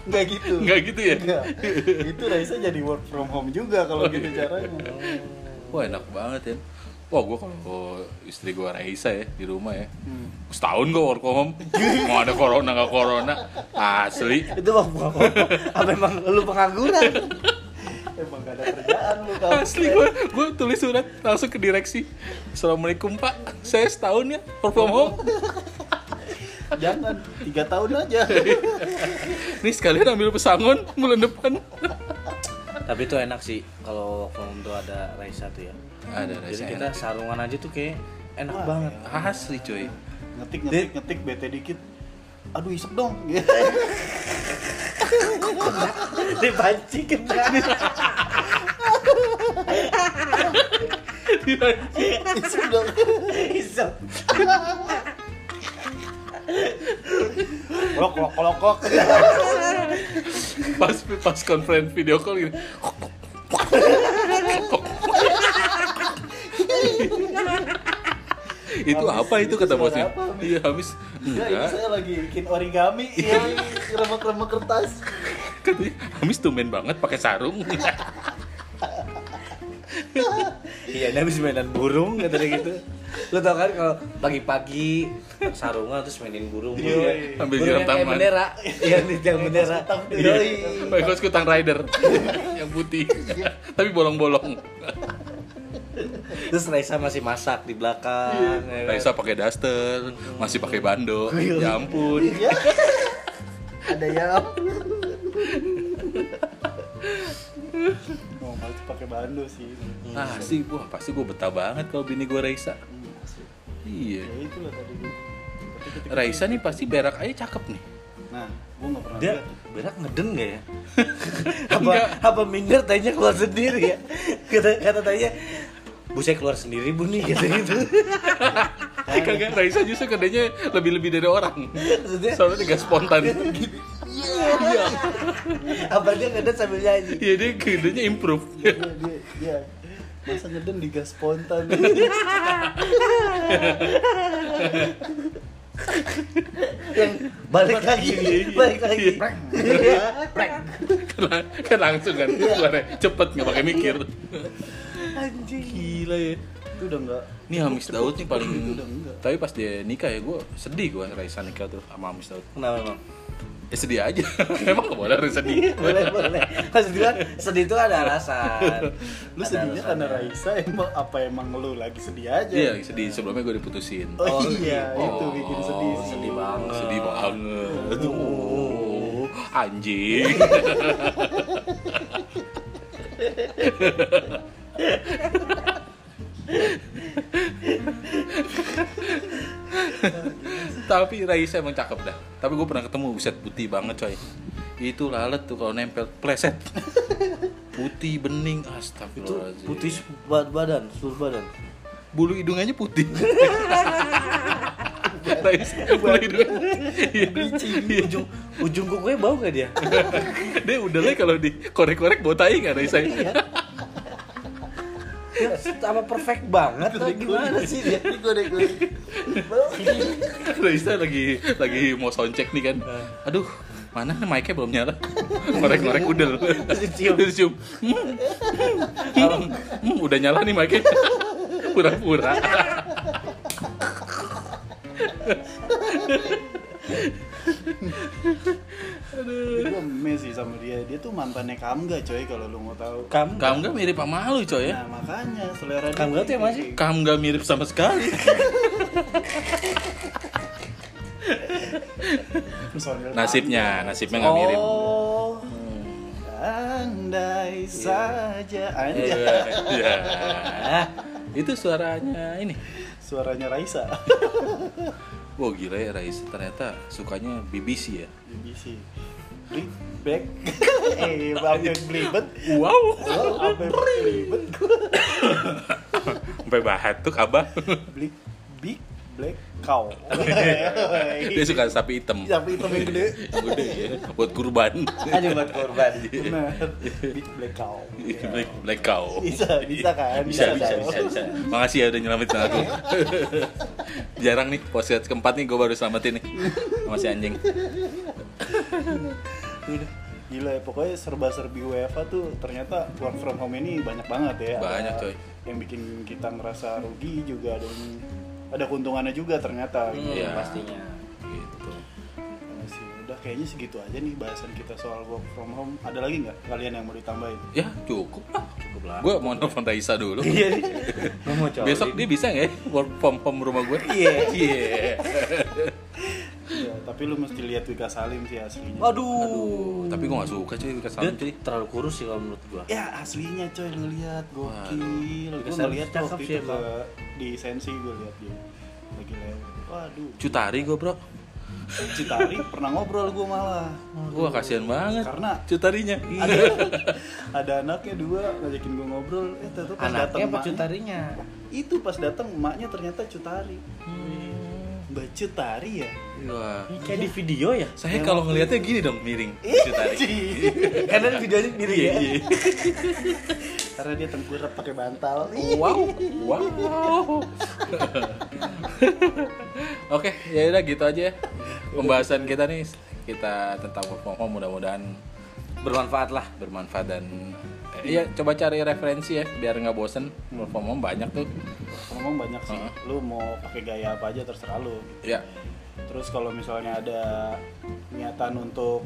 S2: Enggak gitu.
S1: Enggak gitu ya? Oh,
S2: Enggak. Itu Raisa jadi work from home juga kalau gitu
S1: iya.
S2: caranya.
S1: Wah enak banget ya. Wah gue kalau istri gue Raisa ya di rumah ya.
S3: Hmm.
S1: Setahun gue work from home. Mau ada corona nggak corona. Asli.
S3: Itu mah bohong. Apa emang lu pengangguran?
S2: Emang gak ada kerjaan lu kamu.
S1: Asli gue gue tulis surat langsung ke direksi. Assalamualaikum pak. Saya setahun ya work from home.
S2: Jangan, tiga tahun aja.
S1: Nih sekalian ambil pesangon bulan depan.
S3: Tapi itu enak sih kalau waktu itu ada Raisa tuh ya.
S1: Ada
S3: Jadi
S1: rasa
S3: kita
S1: enak.
S3: sarungan aja tuh kayak enak banget.
S1: Asli cuy.
S2: ngetik ngetik ngetik bete dikit aduh isep dong
S3: Dipancing kena.
S2: isep dong
S3: Isep.
S2: lok lok lok lok
S1: Pas pas konferensi video call gitu. gini. itu
S2: Habis-
S1: apa itu kata
S2: suara
S1: bosnya?
S2: apa?
S1: Iya habis.
S2: ya, ini
S1: Enggak.
S2: saya lagi bikin origami ya remek-remek kertas
S1: Katanya habis tumben banget pakai sarung.
S3: Iya, ini habis mainan burung katanya gitu. Lu tau kan kalau pagi-pagi sarungan terus mainin burung.
S2: Iya,
S1: ambil
S3: Burung
S1: jalan
S3: yang kayak
S1: taman.
S3: bendera. Iya, di yang bendera.
S2: Kotak tuh,
S1: Iya.
S2: yoi.
S1: Pakai kaos kutang rider yang putih. Tapi bolong-bolong.
S3: Terus Raisa masih masak di belakang. ya kan?
S1: Iya. Raisa pakai daster, masih pakai bando. Ya ampun.
S2: Iya. ada ya. yang Oh, malah pakai bando sih.
S1: Ah, sih gua pasti gua betah banget kalau bini gua Raisa. Iya.
S2: Ya itulah tadi gue. Tapi ketika-
S1: Raisa nih pasti berak aja cakep nih.
S2: Nah, gue nggak pernah
S3: Dia
S2: lihat.
S3: berak ngeden gak ya? apa,
S1: Enggak.
S3: apa minder tanya keluar sendiri ya? Kata, kata tanya, bu saya keluar sendiri bu nih kata gitu.
S1: Kagak Raisa justru kerjanya lebih-lebih dari orang.
S3: Maksudnya
S1: Soalnya tiga spontan.
S3: apa dia ngeden sambil nyanyi?
S1: Iya dia kerjanya improve.
S2: Dia, dia, dia, masa ngeden di gas spontan.
S3: Yang balik lagi, balik lagi.
S1: Kan- kan langsung kan keluarnya cepet nggak pakai mikir.
S3: Anjing.
S1: Gila ya.
S2: itu udah nggak.
S1: Nih Hamis Daud nih paling
S2: Udah enggak.
S1: Tapi pas dia nikah ya gue sedih gue Raisa nikah tuh sama Hamis Daud
S3: Kenapa emang?
S1: Ya sedih aja Emang gak boleh harus sedih
S3: Boleh, boleh. Maksud gua, sedih itu ada alasan. ya.
S2: Lu
S3: Ada
S2: sedihnya karena
S3: alasannya.
S2: Raisa emang apa emang lu lagi sedih aja?
S1: Iya sedih sebelumnya gue diputusin
S2: Oh, iya, itu bikin sedih sih.
S3: sedih banget.
S1: Oh. Sedih banget Oh, Anjing Tapi Raisa emang cakep dah Tapi gue pernah ketemu Buset putih banget coy Itu lalat tuh kalau nempel Pleset Putih bening
S3: Itu
S1: Astagfirullahaladzim
S3: putih seluruh badan, seluruh badan.
S1: bulu hidungnya aja putih. Raisa, bulu hidungnya Iya.
S3: Ujung ujung kukunya bau gak dia?
S1: Dia udah lah kalau di korek-korek bau tai nggak Raisa?
S3: Iya. Ya, sama perfect banget atau gimana sih dia?
S1: Raisa lagi lagi mau soncek nih kan.
S3: Ah.
S1: Aduh, mana nih mic-nya belum nyala. Korek-korek udel.
S3: Dicium.
S1: Dicium. Hmm, hmm, hmm, udah nyala nih mic-nya. Pura-pura.
S2: Gue emes sih sama dia. Dia tuh mantannya Kamga coy kalau lu mau tahu.
S3: Kamu
S1: Kamu nggak mirip sama lu coy ya?
S2: Nah makanya selera dia
S3: Kamga tuh yang mana sih?
S1: Kamu nggak mirip sama sekali.
S2: Personil
S1: Nasibnya, nasibnya nggak mirip.
S3: Oh.
S2: Kamga. Andai saja anjay
S1: Iya. Iya.
S3: Ah,
S1: Itu suaranya ini.
S2: Suaranya Raisa.
S1: Wah gila ya Rais, ternyata sukanya BBC ya.
S2: BBC. Blik back. eh, sampai belibet.
S1: Wow,
S2: Oh, sampai belibet gua.
S1: sampai bahatuk abah.
S2: Blik big black cow. Iya.
S1: Dia suka sapi hitam.
S2: Sapi hitam yang gede.
S1: Yang gede ya, buat kurban.
S3: hanya buat korban.
S2: Benar. Big black cow.
S1: Black, black cow.
S2: Bisa, bisa kan?
S1: Bisa, bisa,
S2: kan?
S1: bisa, bisa. Makasih ya udah nyelamatin aku. Jarang nih, podcast keempat nih gue baru selamatin nih. Sama si anjing.
S2: Gila ya, pokoknya serba-serbi WFA tuh ternyata work from home ini banyak banget ya. Ada
S1: Banyak, coy.
S2: Yang bikin kita ngerasa rugi juga ada yang ada keuntungannya juga ternyata. gitu.
S1: Iya.
S3: pastinya.
S1: Gitu.
S2: Nah, sih, udah kayaknya segitu aja nih bahasan kita soal work from home. Ada lagi nggak kalian yang mau ditambahin?
S1: Ya cukup lah.
S3: Cukup lah.
S1: Gue mau nelfon Raisa dulu.
S3: Iya. nih. Gua mau coba.
S1: Besok dia bisa nggak ya work from home rumah gue?
S3: Iya.
S1: Iya.
S2: Ya, Tapi lu mesti lihat Wika Salim sih aslinya.
S6: Waduh.
S1: Aduh, tapi gue gak suka cuy Wika
S6: Dia
S1: Salim cuy.
S6: terlalu kurus sih kalau menurut gua.
S2: Ya aslinya coy lu lihat gokil.
S6: Wika
S2: Gue
S6: Salim
S2: ngeliat
S6: cakep
S2: tuh waktu
S6: sih
S2: itu
S6: emang.
S2: ke- di Sensi gue lihat dia lagi lewat. Waduh,
S1: Cutari gue bro.
S2: Citari pernah ngobrol gue malah.
S1: Gue kasihan banget.
S2: Karena-
S1: Cutarinya.
S2: Ada anaknya dua ngajakin gue ngobrol. Eh ternyata pas datang
S6: Anaknya apa
S2: emaknya-
S6: cutarinya?
S2: Itu pas datang emaknya ternyata Cutari. Mbak Cutari ya.
S1: Wah.
S6: Ini kayak di video ya?
S1: Iya. Saya kalau ngelihatnya gini dong miring.
S2: iya.
S1: Cutari.
S6: Karena di videonya sendiri ya.
S2: Karena dia tengkurap pakai bantal.
S1: Wow, wow. Oke, ya udah gitu aja. ya. Pembahasan kita nih kita tentang work from home mudah-mudahan
S6: Bermanfaat lah.
S1: bermanfaat dan eh, Iya, coba cari referensi ya biar nggak bosen. Work from home banyak tuh.
S2: Ngomong banyak sih. Lu mau pakai gaya apa aja terserah lu.
S1: Ya,
S2: Terus kalau misalnya ada niatan untuk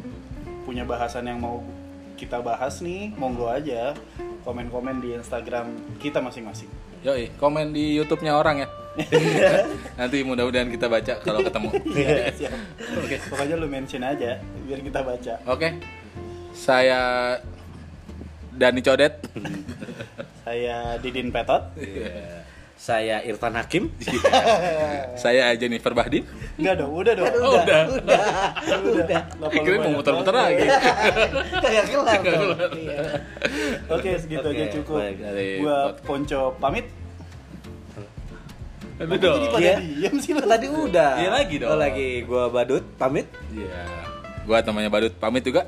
S2: punya bahasan yang mau kita bahas nih, monggo aja komen-komen di Instagram kita masing-masing.
S1: yoi, komen di YouTube-nya orang ya. Nanti mudah-mudahan kita baca kalau ketemu.
S2: Iya, siap. Pokoknya lu mention aja biar kita baca.
S1: Oke. Saya Dani Codet.
S2: Saya Didin Petot.
S6: Saya Irfan Hakim.
S1: Saya Jennifer Bahdi.
S2: Enggak dong, udah dong.
S1: Oh, udah.
S2: udah. Kenapa lu
S1: Kira mau
S2: banyak
S1: muter-muter lagi.
S2: banget?
S6: Kagak kelar. dong. Iya.
S2: Oke, segitu
S6: Oke,
S2: aja cukup.
S6: baik,
S1: dari
S2: Gua
S1: podcast.
S2: Ponco pamit.
S1: Aduh dong.
S2: Jadi pada
S6: Iya.
S2: diem sih lu.
S6: Tadi udah.
S1: Iya lagi dong.
S6: Oh, lagi gua badut pamit.
S1: Iya. Gua temannya Badut pamit juga.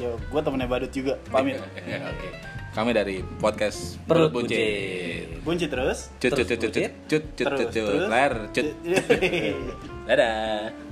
S2: Ya, gua temennya Badut juga. Pamit.
S1: Oke. Kami dari podcast
S6: Perut Buncit.
S2: Bunci terus.
S1: Cut cut cut cut cut cut cut cut cut ler cut.
S2: Terus.
S1: Dadah.